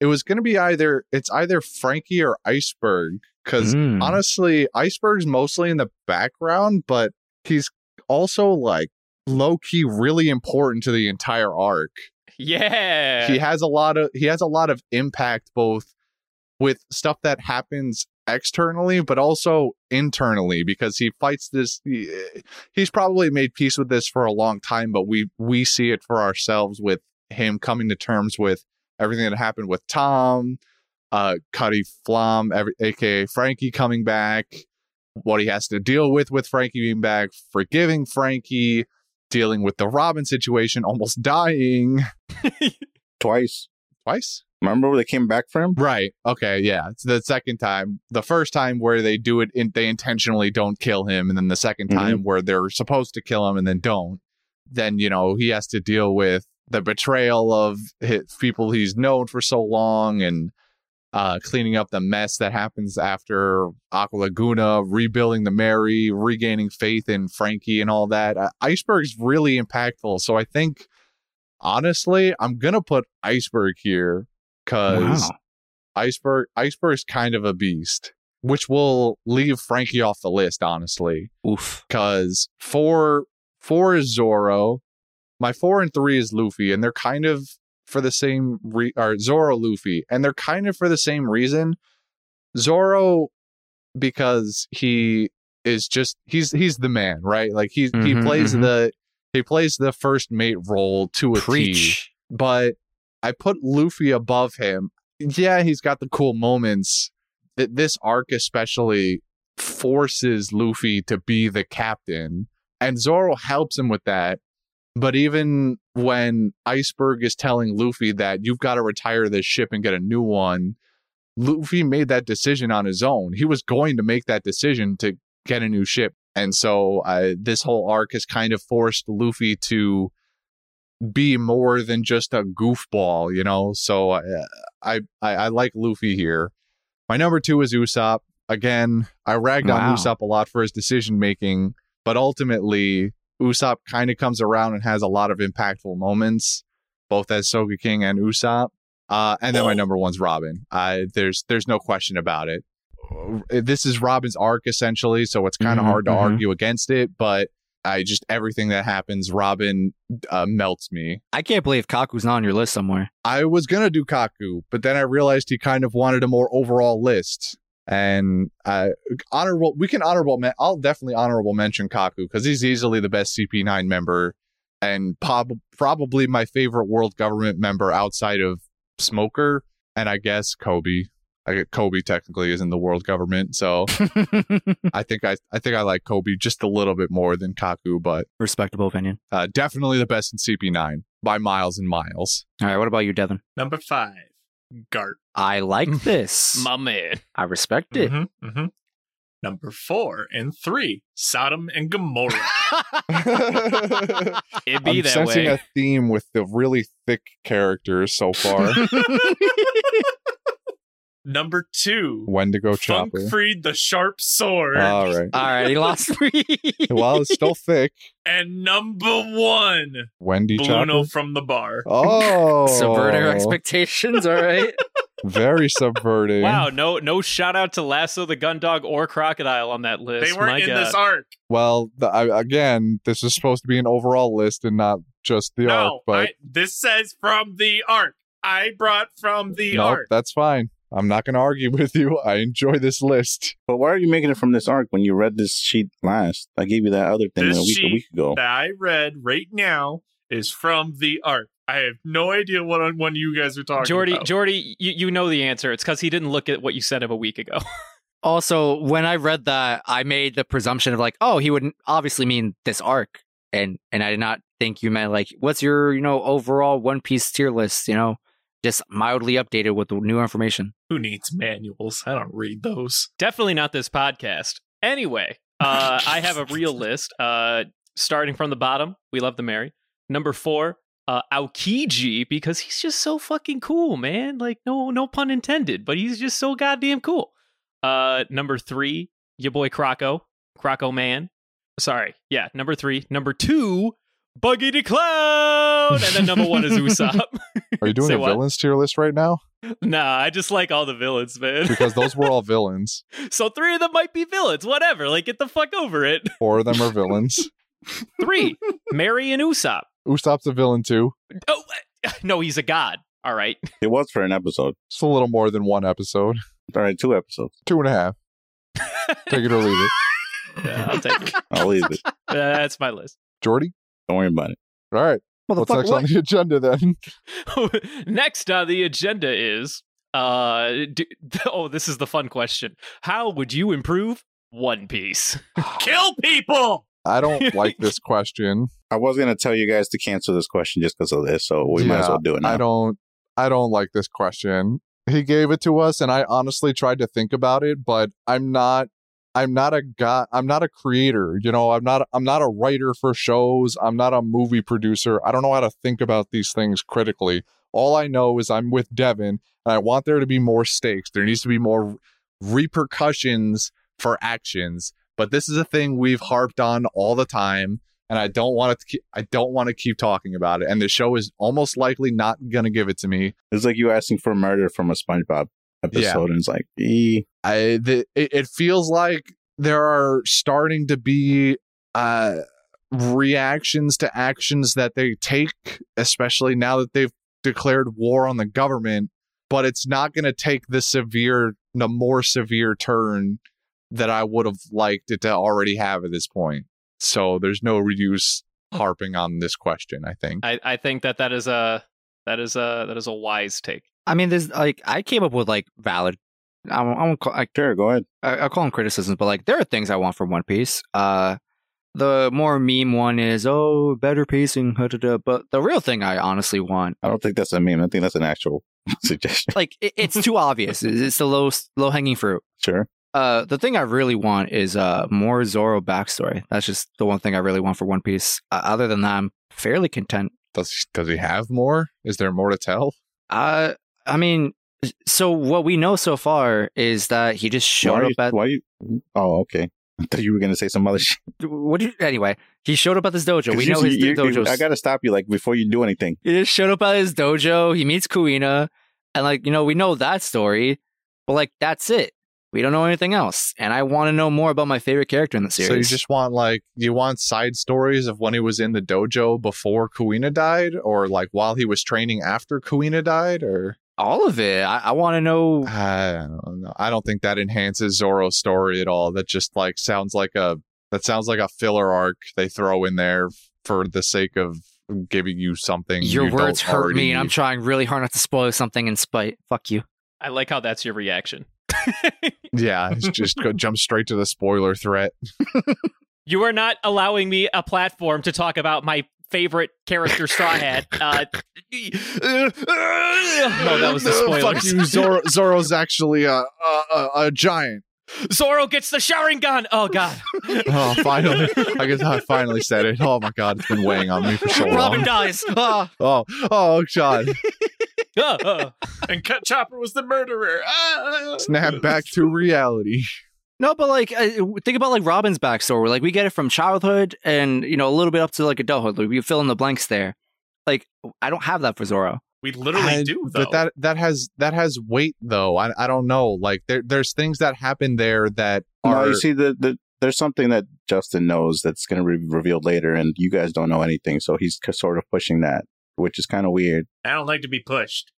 it was going to be either it's either Frankie or Iceberg because Mm. honestly, Iceberg's mostly in the background, but he's also like low key really important to the entire arc. Yeah. He has a lot of he has a lot of impact both with stuff that happens externally but also internally because he fights this he- he's probably made peace with this for a long time but we we see it for ourselves with him coming to terms with everything that happened with Tom uh Cuddy Flom every, aka Frankie coming back what he has to deal with with Frankie being back forgiving Frankie dealing with the Robin situation almost dying Twice. twice Remember when they came back for him? Right. Okay. Yeah. It's the second time. The first time where they do it, in, they intentionally don't kill him, and then the 2nd time where they're supposed to kill him and then don't. Then you know he has to deal with the betrayal of his, people he's known for so long, and uh, cleaning up the mess that happens after Aqua Laguna, rebuilding the Mary, regaining faith in Frankie, and all that. Uh, Iceberg's really impactful. So I think honestly, I'm gonna put Iceberg here because Wow. Iceberg Iceberg's kind of a beast, which will leave Frankie off the list, honestly. Oof. Cause four four is Zoro. My four and three is Luffy, and they're kind of for the same re or Zoro Luffy, and they're kind of for the same reason. Zoro because he is just he's he's the man, right? Like he he Mhm, plays mhm. the he plays the first mate role to a T Preach. but I put Luffy above him. Yeah, he's got the cool moments. That this arc especially forces Luffy to be the captain, and Zoro helps him with that. But even when Iceberg is telling Luffy that you've got to retire this ship and get a new one, Luffy made that decision on his own. He was going to make that decision to get a new ship. And so uh, this whole arc has kind of forced Luffy to be more than just a goofball, you know. So uh, I I, I like Luffy here. My number two is Usopp. Again, I ragged Wow. on Usopp a lot for his decision making, but ultimately Usopp kind of comes around and has a lot of impactful moments, both as Soga King and Usopp. Uh, and then my number one's Robin. I there's there's no question about it. Uh, This is Robin's arc essentially, so it's kind of Mhm, hard to mhm. argue against it. But I just everything that happens, Robin uh, melts me. I can't believe Kaku's not on your list somewhere. I was gonna do Kaku, but then I realized he kind of wanted a more overall list. And uh, honorable, we can honorable. Men- I'll definitely honorable mention Kaku because he's easily the best CP9 member, and prob- probably my favorite world government member outside of Smoker, and I guess Kobe. I, Kobe technically is in the world government, so I think I, I think I like Kobe just a little bit more than Kaku, but Respectable opinion. uh, definitely the best in CP9 by miles and miles. All right, what about you, Devin? Number five, Gart. I like this. My man. I respect it. Mhm, mhm. Number four and three, Sodom and Gomorrah. It be I'm that sensing way. a theme with the really thick characters so far. Number two, Wendigo Funk Chopper. freed the sharp sword. All right. All right, he lost three. Well, it's still thick. and number one, Wendy Bruno Chopper. from the bar. Oh, Subverting our expectations. All right. Very subverting. Wow, no no shout out to Lasso the Gundog or Crocodile on that They list. weren't My in God. this arc. Well, the, I, again, this is supposed to be an overall list and not just the no, arc. But I- this says from the arc. I brought from the nope, arc. that's fine. I'm not going to argue with you. I enjoy this list. But why are you making it from this arc when you read this sheet last? I gave you that other thing This a week a sheet week ago. that I read right now is from the arc. I have no idea what one you guys are talking Jordy, about. Jordy, you, you know the answer. It's because he didn't look at what you sent him a week ago. Also, when I read that, I made the presumption of like, oh, he would obviously mean this arc, and and I did not think you meant like, what's your you know overall One Piece tier list? You know, just mildly updated with new information. Who needs manuals? I don't read those. Definitely not this podcast. Anyway, uh, I have a real list. Uh, starting from the bottom, we love the Mary. Number four, uh, Aokiji, because he's just so fucking cool, man. Like, no, no pun intended, but he's just so goddamn cool. Uh, number three, your boy Croco, Croco Man. Sorry, yeah. Number three, number two, Buggy the Clown, and then number one is Usopp. Are you doing Say a what? villains tier list right now? nah, I just like all the villains, man. Because those were all villains. So three of them might be villains, whatever. Like, get the fuck over it. Four of them are villains. Three, Mary and Usopp. Usopp's a villain too. Oh, uh, no, he's a god. All right. It was for an episode. It's a little more than one episode. All right, two episodes. Two and a half. Take it or leave it. Yeah, I'll take it. I'll leave it. Uh, that's my list. Jordy? Don't worry about it. All right. What's next on the agenda then? Next on the agenda is uh do, oh this is the fun question. How would you improve One Piece? Kill people. I don't like this question. I was gonna tell you guys to cancel this question just because of this, so we might as Yeah, well do it now. I don't I don't like this question. He gave it to us and I honestly tried to think about it, but I'm not I'm not a guy I'm not a creator, you know, I'm not I'm not a writer for shows, I'm not a movie producer. I don't know how to think about these things critically. All I know is I'm with Devin and I want there to be more stakes. There needs to be more repercussions for actions. But this is a thing we've harped on all the time. and I don't want to. Keep, I don't want to keep talking about it. And the show is almost likely not gonna give it to me. It's like you asking for murder from a SpongeBob episode, Yeah. and it's like, eh, I the, it, it feels like there are starting to be uh reactions to actions that they take, especially now that they've declared war on the government, but it's not going to take the severe the more severe turn that I would have liked it to already have at this point. So there's no use harping on this question, I think. I, I think that that is a that is a that is a wise take. I mean, there's like I came up with like valid. I won't, I won't call. I, sure, go ahead. I- I'll call them criticisms, but like there are things I want from One Piece. Uh, the more meme one is oh better pacing, da, da, da. but the real thing I honestly want I don't think that's a meme. I think that's an actual suggestion. like it, it's too obvious. It's it's the low low hanging fruit. Sure. Uh, the thing I really want is uh more Zoro backstory. That's just the one thing I really want for One Piece. Uh, other than that, I'm fairly content. Does does he have more? Is there more to tell? Uh, I mean, so what we know so far is that he just why showed are up you, at why you? Oh, okay. I thought you were gonna say some other shit. what? Do you, anyway, he showed up at this dojo. We 'Cause know you- his you- you- dojo. I gotta stop you, like before you do anything. He just showed up at his dojo. He meets Kuina, and like you know, we know that story, but like that's it. We don't know anything else, and I want to know more about my favorite character in the series. So you just want like you want side stories of when he was in the dojo before Kuina died, or like while he was training after Kuina died, or all of it. I, I want to know. I don't know. I don't think that enhances Zoro's story at all. That just like sounds like a that sounds like a filler arc they throw in there for the sake of giving you something. Your you don't words hurt me, already and I'm need. trying really hard not to spoil something in spite. Fuck you. I like how that's your reaction. yeah, it's just go jump straight to the spoiler threat. You are not allowing me a platform to talk about my favorite character, Straw Hat. Uh, no, that was the Uh, Fuck spoilers. you, Zoro. Zoro's actually a a, a, a giant. Zoro gets the Sharingan. Oh God, Oh, finally. I guess I finally said it. Oh my god, it's been weighing on me for so Robin long. dies. Ah. Oh, oh god. Uh, uh. and Cut Chopper was the murderer. Ah! Snap back to reality. no, but like, uh, think about like Robin's backstory. Like, we get it from childhood, and you know, a little bit up to like adulthood. Like, we fill in the blanks there. Like, I don't have that for Zoro. We literally I- do though. But that that has that has weight though. I I don't know. Like there there's things that happen there that No, are you see, the, the there's something that Justin knows that's going to be revealed later, and you guys don't know anything, so he's c- sort of pushing that, which is kind of weird. I don't like to be pushed.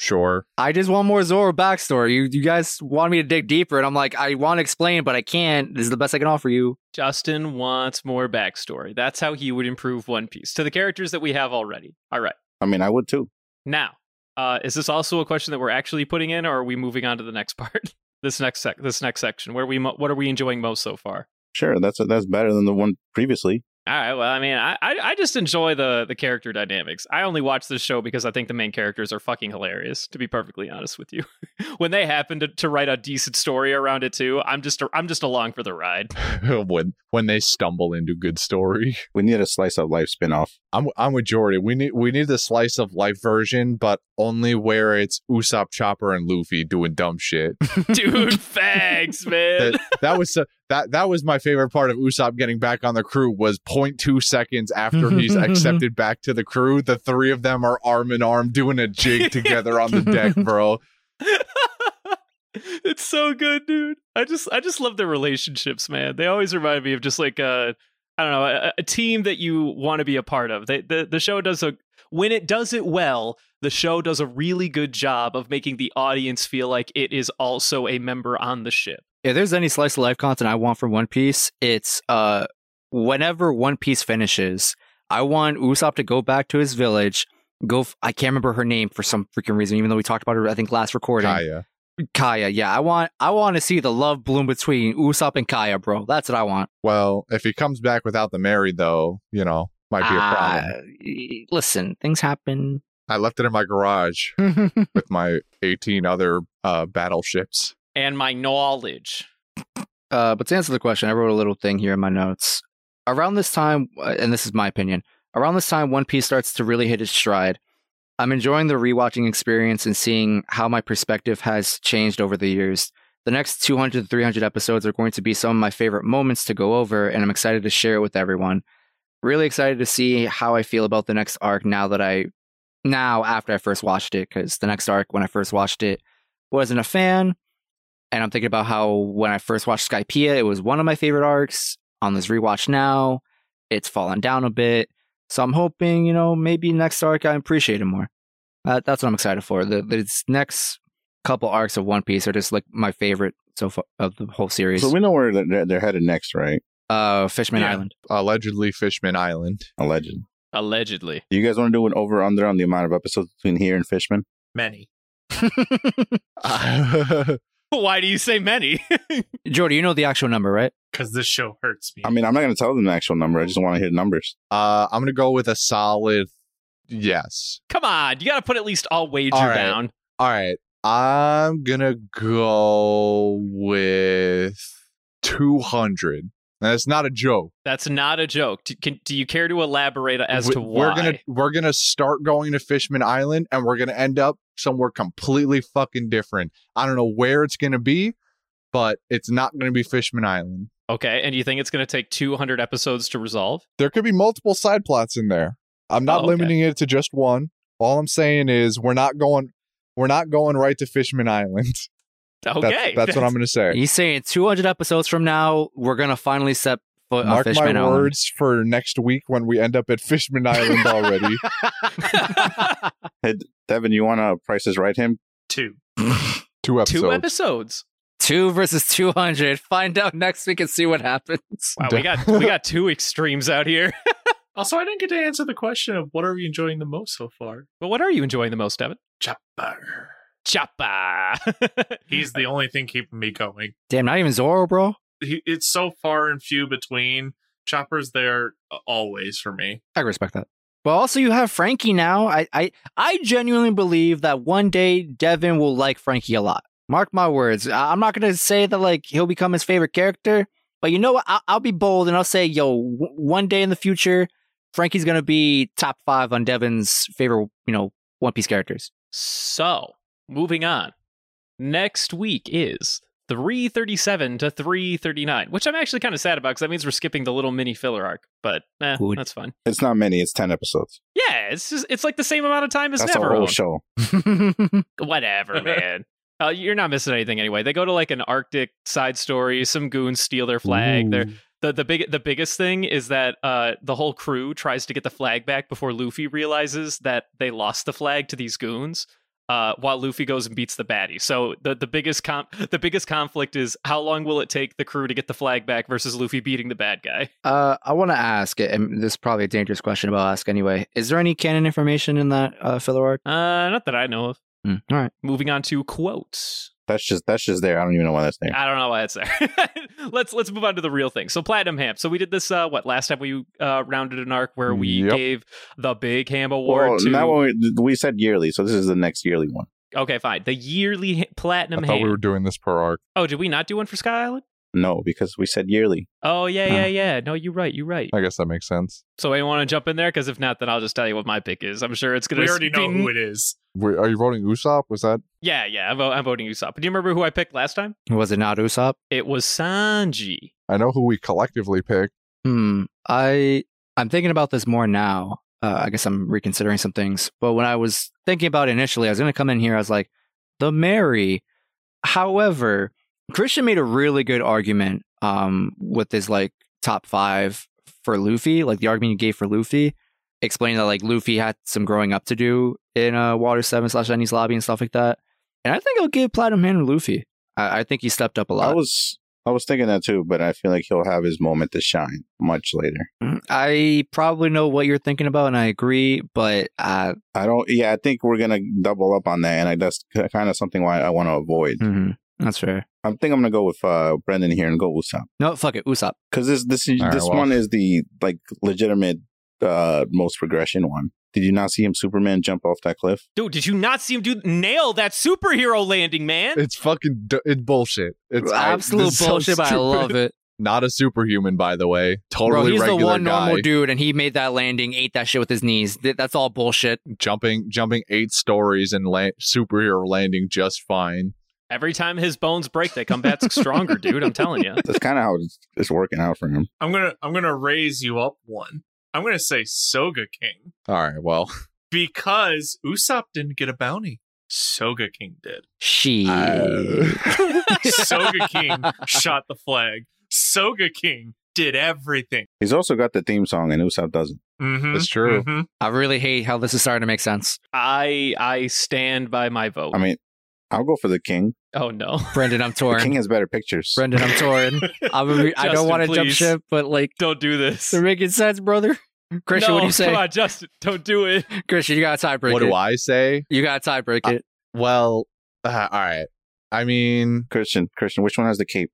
sure. I just want more Zoro backstory. You, you guys want me to dig deeper, and I'm like, I want to explain, but I can't. This is the best I can offer you. Justin wants more backstory. That's how he would improve One Piece to the characters that we have already. All right, I mean, I would too. now uh, is this also a question that we're actually putting in, or are we moving on to the next part? this next sec, this next section, where we mo- what are we enjoying most so far? Sure, that's that's better than the one previously. All right. Well, I mean, I, I I just enjoy the the character dynamics. I only watch this show because I think the main characters are fucking hilarious. To be perfectly honest with you, when they happen to, to write a decent story around it too, I'm just I'm just along for the ride. when when they stumble into good story. We need a slice of life spinoff. I'm I'm with Jordan. We need we need the slice of life version, but only where it's Usopp Chopper and Luffy doing dumb shit. Dude, thanks, man. that, that was so, that that was my favorite part of Usopp getting back on the crew was 0.2 seconds after he's accepted back to the crew. The three of them are arm in arm doing a jig together on the deck, bro. it's so good, dude. I just I just love their relationships, man. They always remind me of just like uh I don't know, a, a team that you want to be a part of. They, the the show does a when it does it well, the show does a really good job of making the audience feel like it is also a member on the ship. if there's any slice of life content I want from One Piece, it's uh whenever One Piece finishes, I want Usopp to go back to his village. Go, f- I can't remember her name for some freaking reason. Even though we talked about her, I think last recording. Kaya. Kaya, yeah, I want, I want to see the love bloom between Usopp and Kaya, bro. That's what I want. Well, if he comes back without the Mary, though, you know, might be a problem. Uh, y- listen, things happen. I left it in my garage I with my 18 other uh, battleships. And my knowledge. Uh, but to answer the question, I wrote a little thing here in my notes. Around this time, uh, and this is my opinion, around this time, One Piece starts to really hit its stride. I'm enjoying the rewatching experience and seeing how my perspective has changed over the years. The next 200 to 300 episodes are going to be some of my favorite moments to go over, and I'm excited to share it with everyone. Really excited to see how I feel about the next arc now that I, now after I first watched it, because the next arc when I first watched it wasn't a fan. And I'm thinking about how when I first watched Skypea, it was one of my favorite arcs. On this rewatch now, it's fallen down a bit. So I'm hoping, you know, maybe next arc I appreciate it more. Uh, that's what I'm excited for. The, this next couple arcs of One Piece are just like my favorite so far of the whole series. So we know where they're, they're headed next, right? uh, Fishman Yeah. Island. Allegedly, Fishman Island. Alleged. Allegedly. Do you guys want to do an over under on the amount of episodes between here and Fishman? Many. Uh, Why do you say many? Jordy, you know the actual number, right? Because this show hurts me. I mean, I'm not going to tell them the actual number. I just want to hear numbers. Uh, I'm gonna go with a solid yes. Come on, you got to put at least all wager All right. down. All right, I'm gonna go with two hundred. That's not a joke. That's not a joke. Do, can, do you care to elaborate as We- to why? we're gonna we're gonna start going to Fishman Island, and we're gonna end up somewhere completely fucking different. I don't know where it's gonna be, but it's not gonna be Fishman Island. Okay, and you think it's going to take 200 episodes to resolve? There could be multiple side plots in there. I'm not Oh, okay. limiting it to just one. All I'm saying is we're not going we're not going right to Fishman Island. Okay, That's- that's, what I'm gonna say. He's saying 200 episodes from now, we're going to finally set foot on Mark my Fishman Island. words for next week when we end up at Fishman Island already. Devin, you want to price is right him? Two. Two episodes. Two episodes. Two versus 200. Find out next week and see what happens. Wow, we got we got two extremes out here. Also, I didn't get to answer the question of what are we enjoying the most so far? But what are you enjoying the most, Devin? Chopper. Choppa. He's the only thing keeping me going. Damn, not even Zoro, bro. He, it's so far and few between. Chopper's there always for me. I can respect that. But also, you have Frankie now. I, I, I genuinely believe that one day Devin will like Frankie a lot. Mark my words. I, I'm not going to say that like he'll become his favorite character, but you know what? I'll, I'll be bold and I'll say, yo, w- one day in the future, Frankie's going to be top five on Devin's favorite, you know, One Piece characters. So, moving on. Next week is 337 to 339, which I'm actually kind of sad about because that means we're skipping the little mini filler arc, but eh, Good. that's fine. It's not many. It's 10 episodes. Yeah, it's just, it's like the same amount of time as That's a never. whole Owned. show. Whatever, man. Uh, you're not missing anything anyway. They go to like an Arctic side story. Some goons steal their flag. They're, the the big the biggest thing is that uh, the whole crew tries to get the flag back before Luffy realizes that they lost the flag to these goons. Uh, while Luffy goes and beats the baddie. So the the biggest com- the biggest conflict is how long will it take the crew to get the flag back versus Luffy beating the bad guy. Uh, I want to ask, and this is probably a dangerous question, but I'll ask anyway. Is there any canon information in that uh, filler arc? Uh, not that I know of. Hmm, All right. Moving on to quotes. That's just that's just there. I don't even know why that's there. I don't know why it's there. let's let's move on to the real thing. So platinum ham. So we did this uh what last time we uh rounded an arc where we Yep. gave the big ham award Well, to that one we, we said yearly, so this is the next yearly one. Okay, fine. The yearly ha- I platinum thought ham. we were doing this per arc. Oh, did we not do one for Sky Island? No, because we said yearly. Oh yeah, No. yeah, yeah. No, you're right. You're right. I guess that makes sense. So anyone want to jump in there? Because if not, then I'll just tell you what my pick is. I'm sure it's gonna. We already know be- who it is. Wait, are you voting Usopp? Was that Yeah, yeah. I'm, vo- I'm voting Usopp. But do you remember who I picked last time? Was it not Usopp? It was Sanji. I know who we collectively picked. Hmm. I I'm thinking about this more now. Uh, I guess I'm reconsidering some things. But when I was thinking about it initially, I was going to come in here. I was like, the Mary. However, Christian made a really good argument um, with his like top five for Luffy, like the argument he gave for Luffy, explaining that like Luffy had some growing up to do in uh, Water Seven slash Ennis Lobby and stuff like that. And I think I'll give Platinum Hand to Luffy. I, I think he stepped up a lot. I was I was thinking that too, but I feel like he'll have his moment to shine much later. Mm, I probably know what you're thinking about, and I agree. But uh, I don't. Yeah, I think we're gonna double up on that, and I, that's kind of something why I want to avoid. Hmm. mhm, that's fair. I think I'm gonna go with uh, Brendan here and go Usopp No, fuck it, Usopp. because this this is, All right, this well. one is the like legitimate uh, most progression one. Did you not see him Superman jump off that cliff? Dude, did you not see him do nail that superhero landing, man? It's fucking d- it's bullshit. It's I- absolute this is so bullshit, but I stupid. love it. Not a superhuman, by the way. Totally Bro, he's the regular one guy. normal dude, and he made that landing, ate that shit with his knees. Th- That's all bullshit. Jumping, jumping eight stories and la- superhero landing just fine. Every time his bones break, they come back stronger, dude. I'm telling you. That's kind of how it's, it's working out for him. I'm gonna I'm gonna raise you up one. I'm gonna say Soga King All right. Well, because Usopp didn't get a bounty. Soga King did. She. uh, Soga King shot the flag. Soga King did everything. He's also got the theme song, and Usopp doesn't. Mm-hmm, That's true. mhm. I really hate how this is starting to make sense. I I stand by my vote. I mean, I'll go for the king. oh no, Brendan, I'm The king torn. has better pictures. Brendan, I'm torn. I'm a re- I Justin, don't want to jump please. ship, but like, don't do this. it's making sense, brother. Christian, no, what do you say? Come on, Justin, don't do it. Christian, you got to tiebreaker. what do I say? You got to tiebreak I- it. Well, uh, all right. I mean, Christian, Christian, which one has the cape?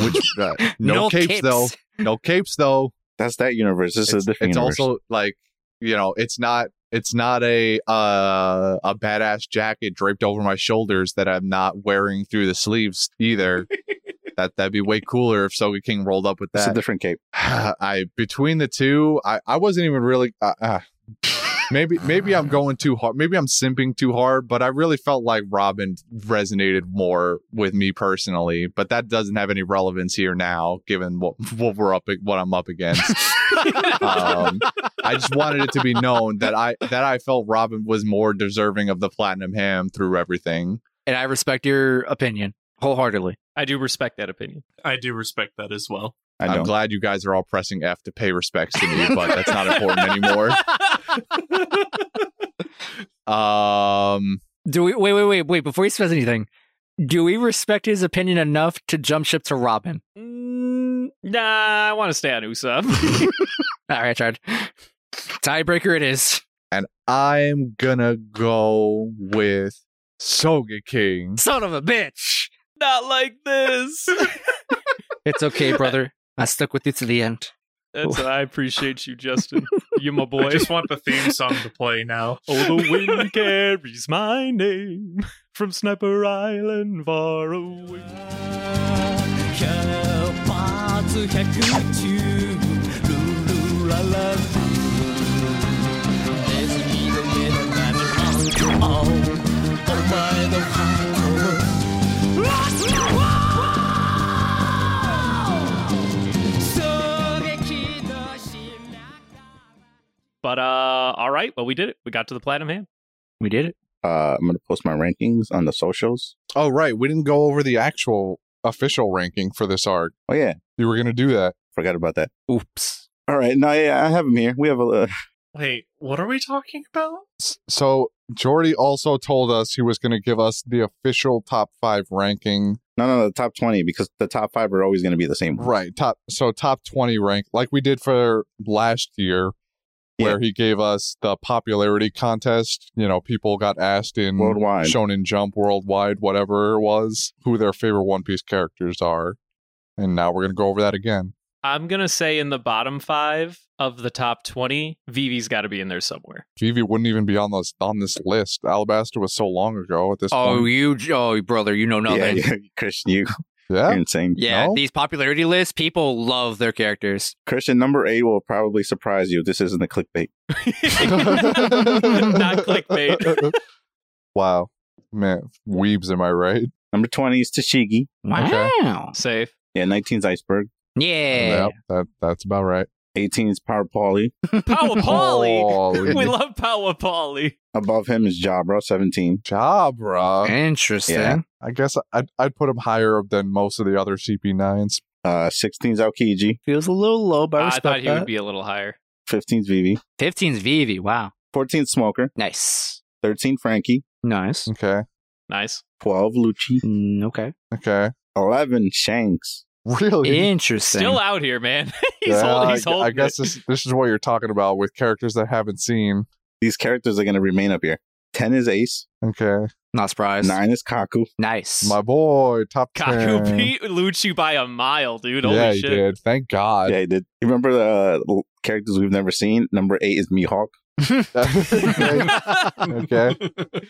which uh, no, capes, though. No capes though. That's that universe. This is It's, a different it's universe. also like you know, it's not it's not a uh, a badass jacket draped over my shoulders that I'm not wearing through the sleeves either. that that'd be way cooler if Soga King rolled up with it's that. a different cape. I between the two, I, I wasn't even really. Uh, uh, maybe maybe I'm going too hard. Maybe I'm simping too hard. But I really felt like Robin resonated more with me personally. But that doesn't have any relevance here now, given what what we're up what I'm up against. um, I just wanted it to be known that I that I felt Robin was more deserving of the platinum ham through everything. And I respect your opinion wholeheartedly. I do respect that opinion. I do respect that as well. I I'm don't. glad you guys are all pressing F to pay respects to me, but that's not important anymore. Um, Do we? Wait, wait, wait, wait. Before he says anything, do we respect his opinion enough to jump ship to Robin? Mm, nah, I want to stay on Usopp. All right, tried. Tiebreaker it is. and I'm gonna go with Soga King. Son of a bitch. Not like this. It's okay, brother. I stuck with you to the end. That's, I appreciate you, Justin. You my I boy. just want the theme song to play now. Oh, the wind carries my name from Sniper Island far away. お前の心衝撃の品 But uh, all right. Well, we did it. We got to the platinum hand. We did it. Uh, I'm gonna post my rankings on the socials. Oh, right, we didn't go over the actual official ranking for this arc. Oh yeah, You were gonna do that. forgot about that. Oops. All right, no, yeah, I have him here. We have a. Uh, Wait, what are we talking about? S- So Jordy also told us he was gonna give us the official top five ranking. no, no, no, the top twenty because the top five are always gonna be the same. Right, top so top twenty rank like we did for last year. Where he gave us the popularity contest, you know, people got asked in Worldwide. Shonen Jump worldwide, whatever it was, who their favorite One Piece characters are. And now we're going to go over that again. I'm gonna say in the bottom five of the top twenty, Vivi's got to be in there somewhere. Vivi wouldn't even be on this on this list. Alabaster was so long ago at this Oh, point. you, oh, brother, you know yeah, nothing. Yeah, yeah, Christian, you, you're Yeah. insane. No? these popularity lists, people love their characters. Christian, number eight will probably surprise you. This isn't a clickbait. Not clickbait. wow. Man, weebs, am I right? Number twenty is Tashigi. Wow. Safe. Yeah, 19's Iceberg. Yeah. Yep, that, that's about right. 18 is Power Pauly. Power Polly. Holy we love Power Polly. Above him is Jabra, 17. job, bruh. Interesting. Yeah. I guess I'd, I'd put him higher up than most of the other CP9s. Uh, 16 is Aokiji. Feels a little low, but I I respect thought he that. would be a little higher. 15 is Vivi. 15's Vivi. Wow. 14 is Smoker. Nice. 13 Frankie. Nice. Okay. Nice. 12 Lucci. Mm, okay. Okay. 11 Shanks. Really? Interesting. Still out here, man. he's Yeah, holding. He's I, holding. I guess it. this this is what you're talking about with characters that haven't seen. These characters are going to remain up here. 10 is Ace. Okay, Not surprised. 9 is Kaku. Nice. my boy, top Kaku ten. beat Lucci by a mile, dude. Holy yeah, he shit. did. Thank God. Yeah, he did. You remember the uh, l- characters we've never seen? Number 8 is Mihawk. Okay.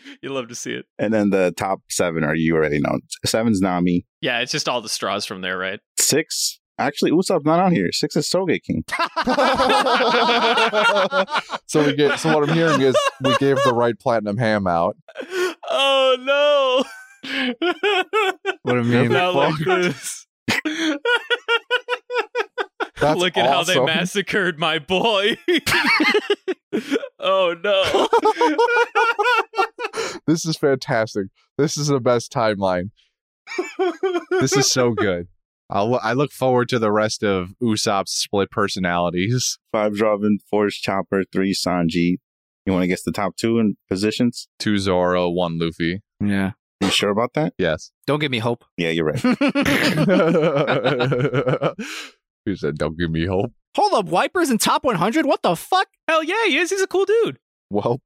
you love to see it. And then the top 7 are you already know. 7's Nami. Yeah, it's just all the straws from there, right? 6. Actually, Usopp's not on here. 6 is Soge King. so we get. So what I'm hearing is we gave the right platinum ham out. Oh no. What a meme. Not like this. Look at how they awesome. massacred my boy. oh no. This is fantastic. This is the best timeline. This is so good. I'll, I look forward to the rest of Usopp's split personalities. Five Robin, four is Chopper, three Sanji. You want to guess the top two in positions? Two Zoro, one Luffy. Yeah. You sure about that? Yes. Don't give me hope. Yeah, you're right. he said, "Don't give me hope." Hold up, Wipers in top 100? What the fuck? Hell yeah, he is. He's a cool dude. Well,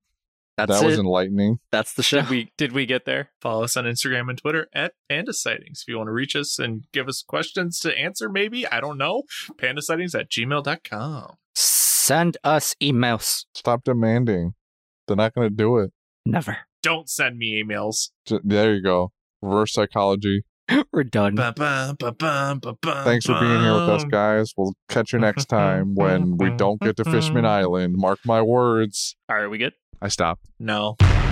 That's that it. was enlightening. That's the show. Did we did we get there? Follow us on Instagram and Twitter at Panda Sightings. If you want to reach us and give us questions to answer, maybe, I don't know, pandasightings at gmail.com. Send us emails. Stop demanding. They're not going to do it. Never. Don't send me emails. J- there you go. Reverse psychology. We're done. Thanks Thanks for being here with us, Um, guys. We'll catch you next time when we don't get to Fishman Island. Mark my words. All right, we good? I stopped. No.